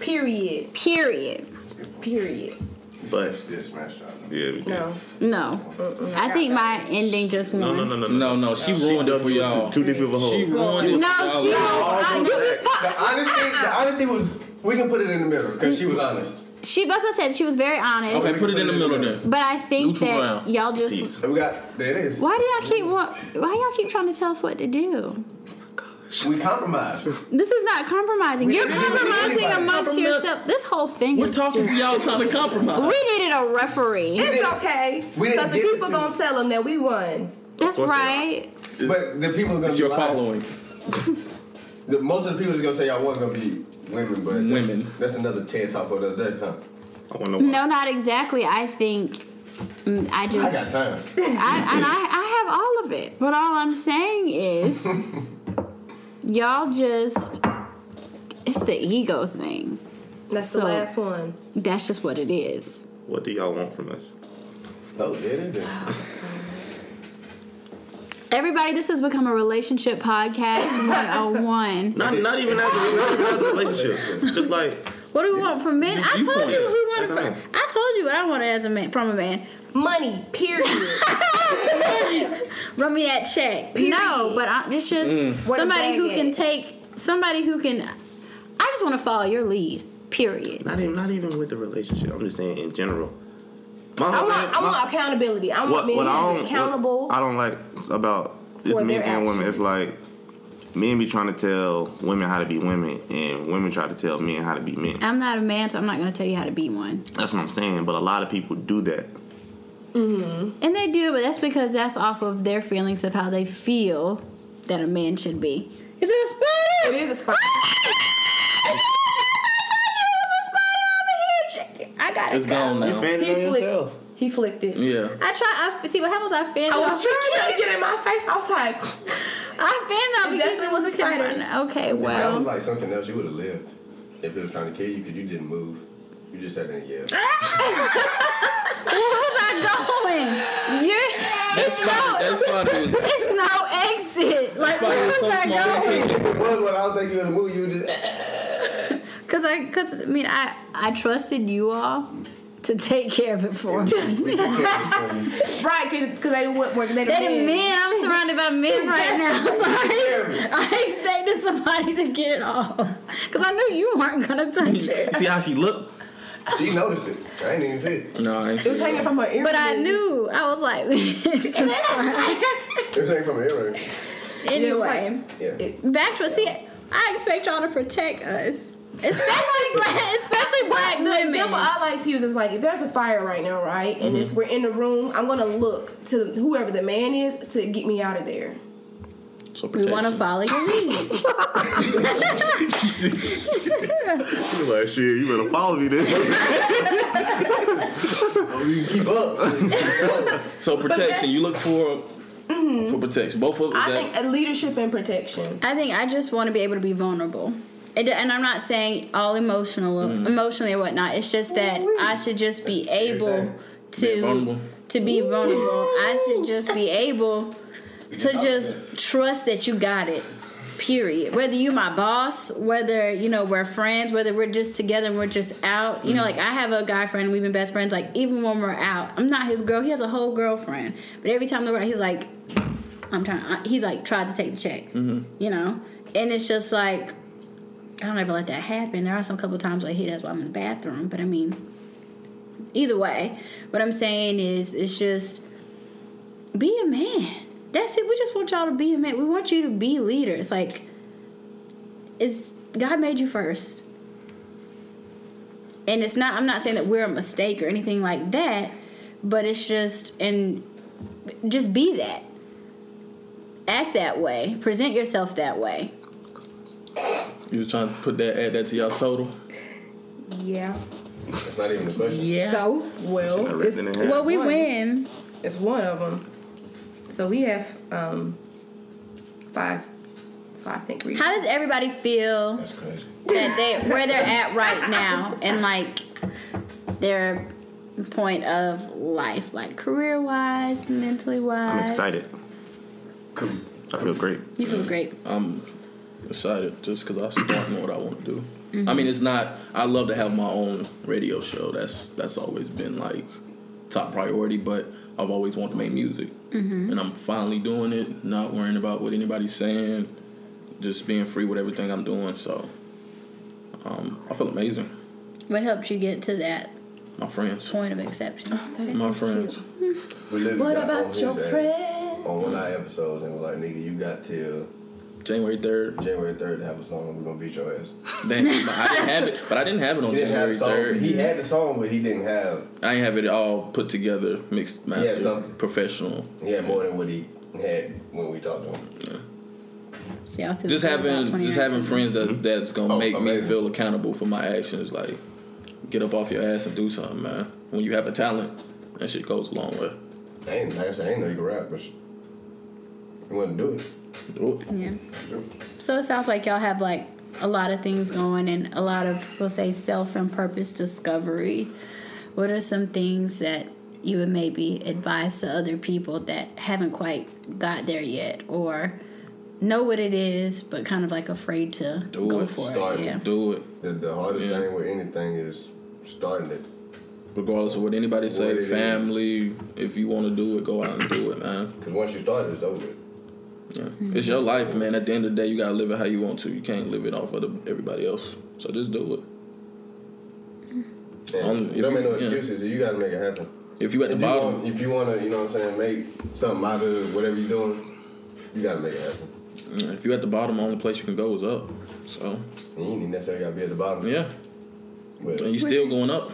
B: Period.
C: Period.
B: Period.
E: But
I: Did smash up.
E: yeah, we did.
B: No.
C: No. I think my ending just won.
E: No, no, no, no,
D: No, no, she ruined it for y'all.
E: Too deep of a hole.
D: She ruined it.
C: No,
D: for y'all.
C: she was. I, you just
I: The
C: talk,
I: honesty, the honesty was. We can put it in the middle because she was honest.
C: she. That's what I said. She was very honest.
D: Okay, put it in the middle then.
C: But I think
D: Neutral
C: that
D: ground.
C: y'all just.
E: Peace.
I: And we got there. It is.
C: Why do y'all keep want? Why y'all keep trying to tell us what to do?
I: We compromised.
C: This is not compromising.
I: We
C: You're
I: didn't do it to
C: compromising
I: anybody.
C: amongst
D: Compromise-
C: yourself. This whole thing
D: We're
C: is
D: talking to
C: just.
D: y'all trying to compromise.
C: We needed a referee.
B: It's okay.
I: We
B: Because
I: didn't
B: the
I: give it
B: people
I: to
B: gonna
I: you.
B: tell them that we won.
C: That's
E: course they are.
C: right.
I: But the people are gonna
D: It's
I: be
D: your following.
I: lying. The, most of the people is gonna say y'all was gonna be women, but that's-
D: Women.
I: That's, another TED talk for another day, huh?
E: I want to
C: No, not exactly. I think. mm, I
I: I
C: just.
I: got time.
C: I, and I, I have all of it. But all I'm saying is, y'all just. It's the ego thing.
B: That's
C: So-
B: the last one.
C: That's just what it is.
E: What do y'all want from us?
I: No, they didn't. do it.
C: Everybody, this has become a relationship podcast 101.
E: Not, not even as a, not even as a relationship. Just like
C: What do we want from men?
D: Just
C: I told
D: viewpoints.
C: you what we wanted
E: That's
C: from. I told you what I wanted as a man from a man.
B: Money. Period.
C: Run me that check. No, but I, it's just
B: Where the
C: somebody
B: bag
C: who
B: at?
C: can take somebody who can. I just want to follow your lead. Period.
E: not even not even with the relationship. I'm just saying in general. My
B: I
E: whole
B: want.
E: thing-
B: I
E: my-
B: want accountability. I want
E: what,
B: men
E: what
B: to
E: I
B: be
E: don't,
B: accountable.
E: What I don't like about it's
B: for
E: men
B: their
E: and women. It's
B: actions.
E: like men be trying to tell women how to be women, and women try to tell men how to be men.
C: I'm not a man, so I'm not going to tell you how to be one.
E: That's what I'm saying. But a lot of people do that.
C: And they do, but that's because that's off of their feelings of how they feel that a man should be. Is it a Ah! spider?
B: it is a spot.
C: I got
D: It's
C: it.
D: gone
E: You
D: now.
E: fanning
B: He
E: on
B: flicked.
E: yourself.
B: He flicked it.
D: Yeah.
C: I try. I f- see what happens. I fan.
B: I was trying to get in my face. I was like,
C: I fan
B: It
C: out because
B: definitely
C: it was a spider. Okay,
I: That was
C: well,
I: like something else you would have lived if it was trying to kill you because you didn't move. You just sat there and yelled.
B: Ah!
C: where was I going? You're,
D: That's
C: it's
D: fine.
C: no,
D: That's fine.
C: it's no exit. Like
D: Why
C: where
D: you're
C: was
D: so
C: I
D: small and
C: going?
D: picky?
I: It was when I don't think you would have moved. You would just. ah,
C: Cause I, cause I mean, I I trusted you all to take care of it for me.
B: right, because they were working. They
C: That
B: didn't
C: men. men, I'm surrounded by men right now. So I, I expected somebody to get it all. Cause I knew you weren't gonna touch it.
D: See how she looked?
I: She noticed it. I ain't even see it.
D: No, I ain't
B: It was hanging from her ear.
C: But I knew. I was like, this is fine.
I: It was hanging from an earring.
C: anyway,
I: Yeah.
C: back to see. I expect y'all to protect us, especially black, especially black
B: The example
C: women.
B: I like to use is like if there's a fire right now, right, and
I: Mm-hmm.
B: it's we're in the room, I'm gonna look to whoever the man is to get me out of there.
D: So
C: We want to follow your lead.
E: You like shit. You better follow me this.
I: You can keep up.
D: So protection. You look for for protection. Both of
B: I
D: that.
B: think a leadership and protection.
C: I think I just want to be able to be vulnerable. It, do- and I'm not saying all emotional, emotionally or whatnot. It's
B: Oh,
C: just that I should just be
I: Mm-hmm. That's a scary
C: able
I: thing.
C: to
D: vulnerable.
C: to be vulnerable. I should just be able to just trust that you got it. Period. Whether you my boss, whether you know we're friends, whether we're just together and we're just out. You know,
I: Mm-hmm.
C: like I have a guy friend. We've been best friends. Like even when we're out, I'm not his girl. He has a whole girlfriend. But every time we're out, he's like, I'm trying. I- He like tried to take the check, you know, and it's just like I don't ever let that happen. There are some couple times like he does while I'm in the bathroom, but I mean, either way, what I'm saying is it's just be a man. That's it. We just want y'all to be a man. We want you to be leaders. Like it's God made you first. And it's not I'm not saying that we're a mistake or anything like that, but it's just and just be that. Act that way. Present yourself that way.
D: You was trying to put that add that to y'all's total.
H: Yeah.
I: That's not even a question. Yeah.
H: So,
E: Shouldn't I
H: well,
E: rip
H: it's,
E: it in
H: it's
E: half?
C: Well, we
H: one.
C: win.
H: It's one of them. So we have um five. So I think we.
C: How does everybody feel
I: That's crazy.
C: that they where they're at right now and like their point of life, like career wise, mentally wise?
E: I'm excited. I feel great.
C: You feel great.
D: I'm excited just because I start know what I want to do. I mean, it's not. I love to have my own radio show. That's that's always been like top priority. But I've always wanted to make music, and I'm finally doing it. Not worrying about what anybody's saying, just being free with everything I'm doing. So, um, I feel amazing.
C: What helped you get to that
D: My friends,
C: point of exception?
D: my friends.
I: We literally
H: What
I: got
H: about
I: on
H: your
I: his ass
H: friends?
I: On one of our episodes, and we're like, nigga, you got till
D: January third.
I: January 3rd to have a song, and we're gonna beat your ass.
D: Damn, I didn't have it, but I didn't have it on
I: He didn't have
D: January
I: a song.
D: third.
I: He had the song, but he didn't have.
D: I didn't have it all put together, mixed, mastered,
I: something.
D: professional.
I: He had more than what he had when we talked to him.
C: See, I feel
D: just
C: good about
D: having just having
C: 2019.
D: friends that that's gonna
I: Oh,
D: make me
I: amazing.
D: feel accountable for my actions. Like, get up off your ass and do something, man. When you have a talent, that shit goes a long way.
I: I ain't, like I said, I ain't know you could rap, but sh- you wouldn't do it.
D: Do it.
C: Yeah. So it sounds like y'all have like a lot of things going and a lot of people say self and purpose discovery. What are some things that you would maybe advise to other people that haven't quite got there yet or know what it is but kind of like afraid to
D: Do
C: go
D: it.
C: for it?
I: Start it.
C: Yeah.
D: Do it,
I: The, the hardest
D: Yeah.
I: thing with anything is starting it.
D: regardless of what anybody say.
I: it is.
D: family, if you want to do it, go out and do it, man.
I: Because once you start it, it's over.
D: Yeah.
C: Mm-hmm.
D: It's your life, man. At the end of the day, you gotta live it how you want to. You can't live it off of the, everybody else. So just do it.
I: And
D: Only-
I: Um, you don't
D: if
I: make
D: you-
I: no
D: yeah.
I: excuses. You got to make it happen.
D: If you at the
I: If you,
D: bottom,
I: want, if you want to, you know what I'm saying, make something out of whatever you're doing, you got to make it happen.
D: yeah, if you at the bottom, the only place you can go is up. So
I: And you ain't necessarily got to be at the bottom.
D: yeah,
I: But
D: and you still going up.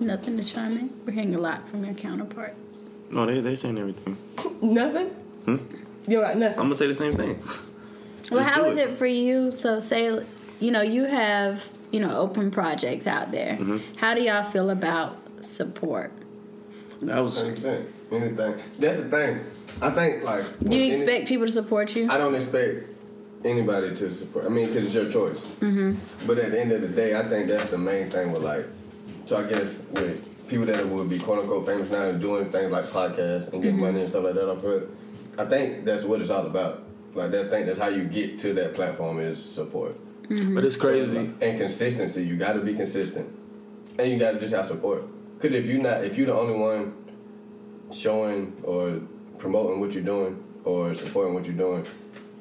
C: Nothing to chime in. We're hearing a lot from your counterparts.
E: No, they they saying everything.
H: nothing? You don't got nothing.
E: I'm gonna say the same thing.
C: Well,
E: Just
C: how
E: do
C: is
E: it.
C: it for you? So, say, you know, you have, you know, open projects out there. How do y'all feel about support?
D: That was
I: anything, anything. That's the thing. I think, like.
C: Do you
I: with any-
C: expect people to support you?
I: I don't expect anybody to support. I mean, 'cause it's your choice.
C: Mm-hmm.
I: But at the end of the day, I think that's the main thing with like. So I guess with people that would be quote unquote famous now and doing things like podcasts and
C: Mm-hmm.
I: getting money and stuff like that, I put. I think that's what it's all about. Like that thing. That's how you get to that platform is support
D: But it's crazy.
I: and consistency. You got to be consistent, and you got to just have support. Cause if you not, if you're the only one showing or promoting what you're doing or supporting what you're doing,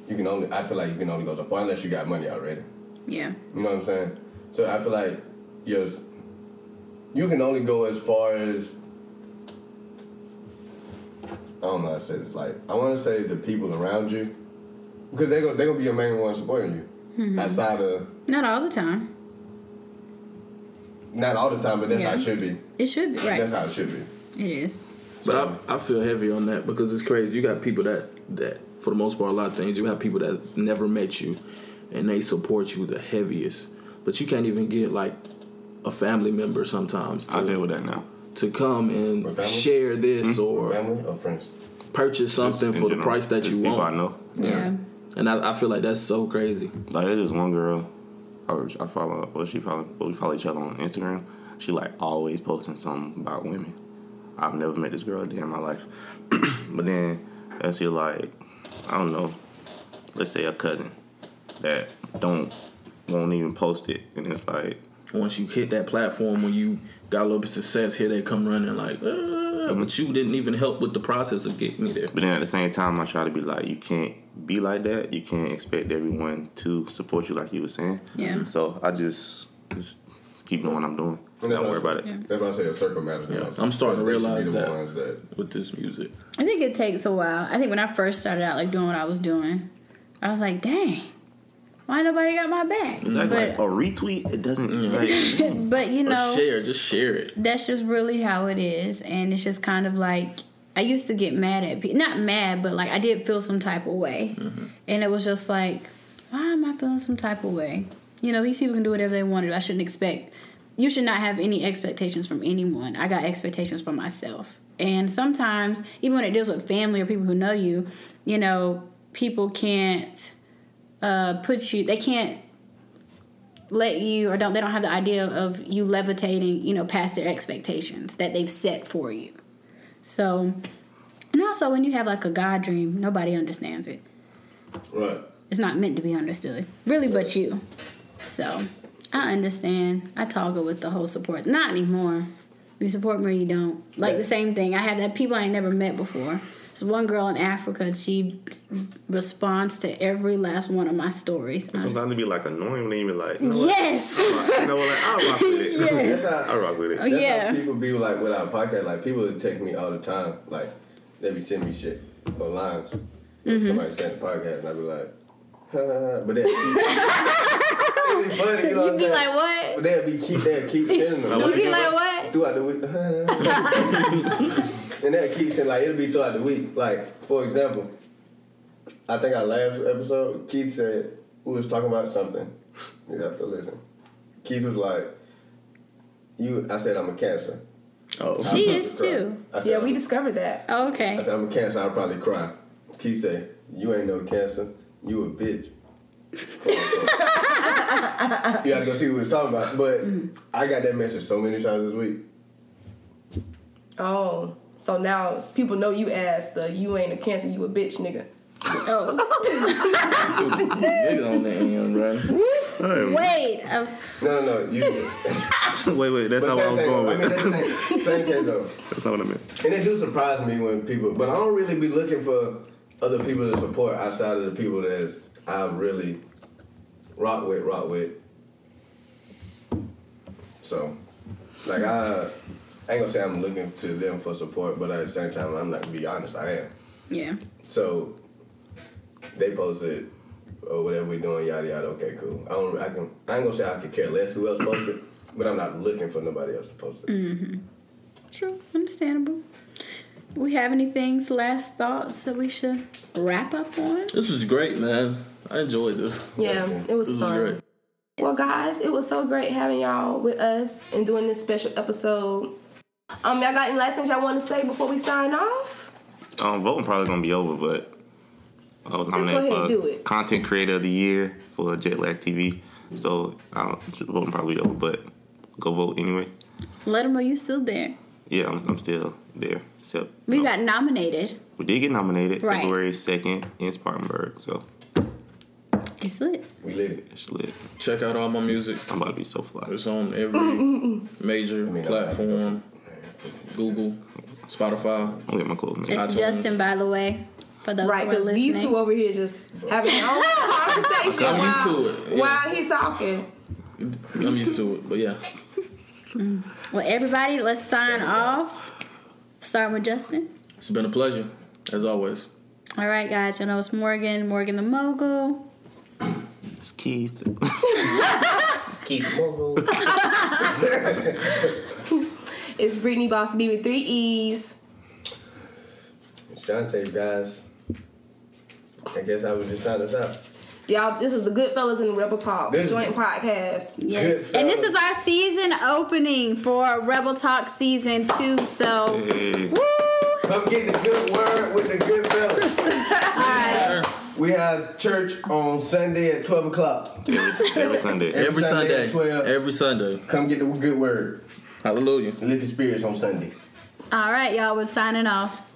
I: you can only. I feel like you can only go so far unless you got money already.
C: yeah.
I: You know what I'm saying? So I feel like you you can only go as far as I don't know how to say this. Like I want to say the people around you, because they go they gonna be your main one supporting you. Outside of
C: Not all the time.
I: not all the time, but that's how it
C: Yeah.
I: should be.
C: It should be. Right.
I: That's how it should be.
C: It is.
D: But I, I feel heavy on that because it's crazy. You got people that that for the most part a lot of things. You have people that never met you, and they support you the heaviest. But you can't even get like a family member sometimes
E: I deal
D: to,
E: with that now.
D: to come
I: Or
D: and
I: family?
D: share this or
I: Family or friends?
D: purchase something
E: In
D: for the
E: general,
D: price that
E: just
D: you
E: people I
D: want.
E: know.
C: Yeah.
D: And I, I feel like that's so crazy.
E: Like there's this one girl, I, was- I follow. Well, she follow. Well, we follow each other on Instagram. She like always posting something about women. I've never met this girl a day in my life, but then I see like I don't know. Let's say a cousin that don't won't even post it, and it's like
D: Once you hit that platform, when you got a little bit of success, here they come running like. "Ah." Yeah,
E: Mm-hmm.
D: but you didn't even help with the process of getting me there.
E: But then at the same time, I try to be like, you can't be like that. You can't expect everyone to support you like you were saying.
H: Yeah.
E: So I just just keep doing what I'm doing. Don't
I: And that's
E: worry
I: what
E: about
I: I
E: it.
I: That's why I say a circle matters.
D: Yeah,
I: now.
D: I'm starting to
I: They should be
D: realize
I: the
D: that.
I: ones that
D: with this music.
H: I think it takes a while. I think when I first started out, like doing what I was doing, I was like, dang, why nobody got my back?
E: Exactly. Like,
H: But,
E: or retweet. It doesn't. Like,
H: but you know,
D: Or share, just share it.
H: that's just really how it is and it's just kind of like i used to get mad at people not mad but like i did feel some type of way and it was just like why am i feeling some type of way you know these people can do whatever they want to do i shouldn't expect you should not have any expectations from anyone i got expectations for myself and sometimes even when it deals with family or people who know you you know people can't uh, put you they can't let you or don't they don't have the idea of you levitating you know past their expectations that they've set for you so and also when you have like a god dream nobody understands it
I: right.
H: it's not meant to be understood really but you so i understand i toggle with the whole support not anymore you support me or you don't like the same thing i had that people i ain't never met before so one girl in africa she responds to every last one of my stories I'm just-
E: sometimes it be like annoying when they even like. You know what?
H: yes
E: You know what? Like, I rock with it.
I: That's how,
E: I rock with
H: oh
E: it.
H: yeah
I: That's how people be like with our podcast. Like people would text me all the time. Like they be sending me shit or lines.
H: Mm-hmm.
I: Somebody sent the podcast and I be like, but they would be funny. You know what
H: You'd be
I: I'm saying?
H: like, what?
I: But they'd be keep they'd keep sending them.
H: You'd be like, what?
I: Throughout the week, and that keeps it like it'll be throughout the week. Like for example, I think our last episode, Keith said we was talking about something. You have to listen. Keith was like, "You," I said, "I'm a cancer."
D: Oh,
H: she is too
I: I said,
B: Yeah, we
I: I'm-
B: discovered that.
H: Oh,
I: I
H: okay.
I: said, I'm a cancer, I'll probably cry. Key say, you ain't no cancer, you a bitch. you gotta go see what we was talking about. But
B: Mm.
I: I got that message so many times this week.
B: Oh, so now people know you as the you ain't a cancer, you a bitch nigga.
H: Oh,
D: nigga on that end, bro.
H: wait. Uh,
I: No, no, no, you
E: wait, wait. That's
I: But
E: not what I
I: same
E: was
I: thing,
E: going
I: though. I
E: with.
I: mean, that's same, same case though.
E: That's not what I meant.
I: And it do surprise me when people, but I don't really be looking for other people to support outside of the people that I really rock with, rock with. So, like I, I ain't gonna say I'm looking to them for support, but at the same time, I'm not gonna be honest. I am.
H: yeah.
I: So, they posted or whatever we doing, yada yada. Okay, cool. I don't. I can. I ain't gonna say I could care less who else posted, but I'm not looking for nobody else to post it.
B: Mm.
H: True. Understandable. We have anything last thoughts that we should wrap up on?
D: This was great, man. I enjoyed this.
B: Yeah, it was
D: This was
B: fun.
D: great.
B: Well, guys, it was so great having y'all with us and doing this special episode. Um, y'all got any last things y'all want to say before we sign off?
E: Um, voting probably gonna be over, but I was
B: ahead
E: nominated
B: and do
E: for
B: it.
E: Content Creator of the Year for Jet Lag TV. So I don't, voting probably over, but go vote anyway.
H: Let them know you still there.
E: Yeah, I'm, I'm still there. Except
H: We
E: no.
H: got nominated.
E: we did get nominated
H: Right.
E: February second in Spartanburg. So
H: It's lit.
I: We live.
E: it's lit.
D: Check out all my music.
E: I'm about to be so fly.
D: It's on every major
I: mean,
D: platform. Google, Spotify.
E: I'm get my clothes. Man.
H: It's
D: iTunes.
H: Justin, by the way, for those
B: Right,
H: who are
B: because
H: listening.
B: these two over here just having their own conversation
D: I'm used
B: while,
D: to it, yeah.
B: while he talking.
D: I'm used to it, but yeah.
H: well, everybody, let's sign off. Starting with Justin.
D: It's been a pleasure, as always.
H: All right, guys. You know it's Morgan, Morgan the Mogul.
E: It's Keith.
B: It's Brittany Boss B with three E's.
I: It's Dante, you guys. I guess I would just sign us out.
B: Y'all, this was the Goodfellas and the Rebel Talk
I: This-
B: joint podcast.
H: Yes.
I: Good
H: and this
I: fellas.
H: is our season opening for Rebel Talk season two. So.
E: Hey.
I: Come get the good word with the good fellas. We have church on Sunday at 12 o'clock.
E: Every, every Sunday.
D: Every Sunday.
I: Sunday at 12.
D: Every Sunday.
I: Come get the good word
D: Hallelujah.
I: and lift your spirits on Sunday.
H: All right, y'all, we're signing off.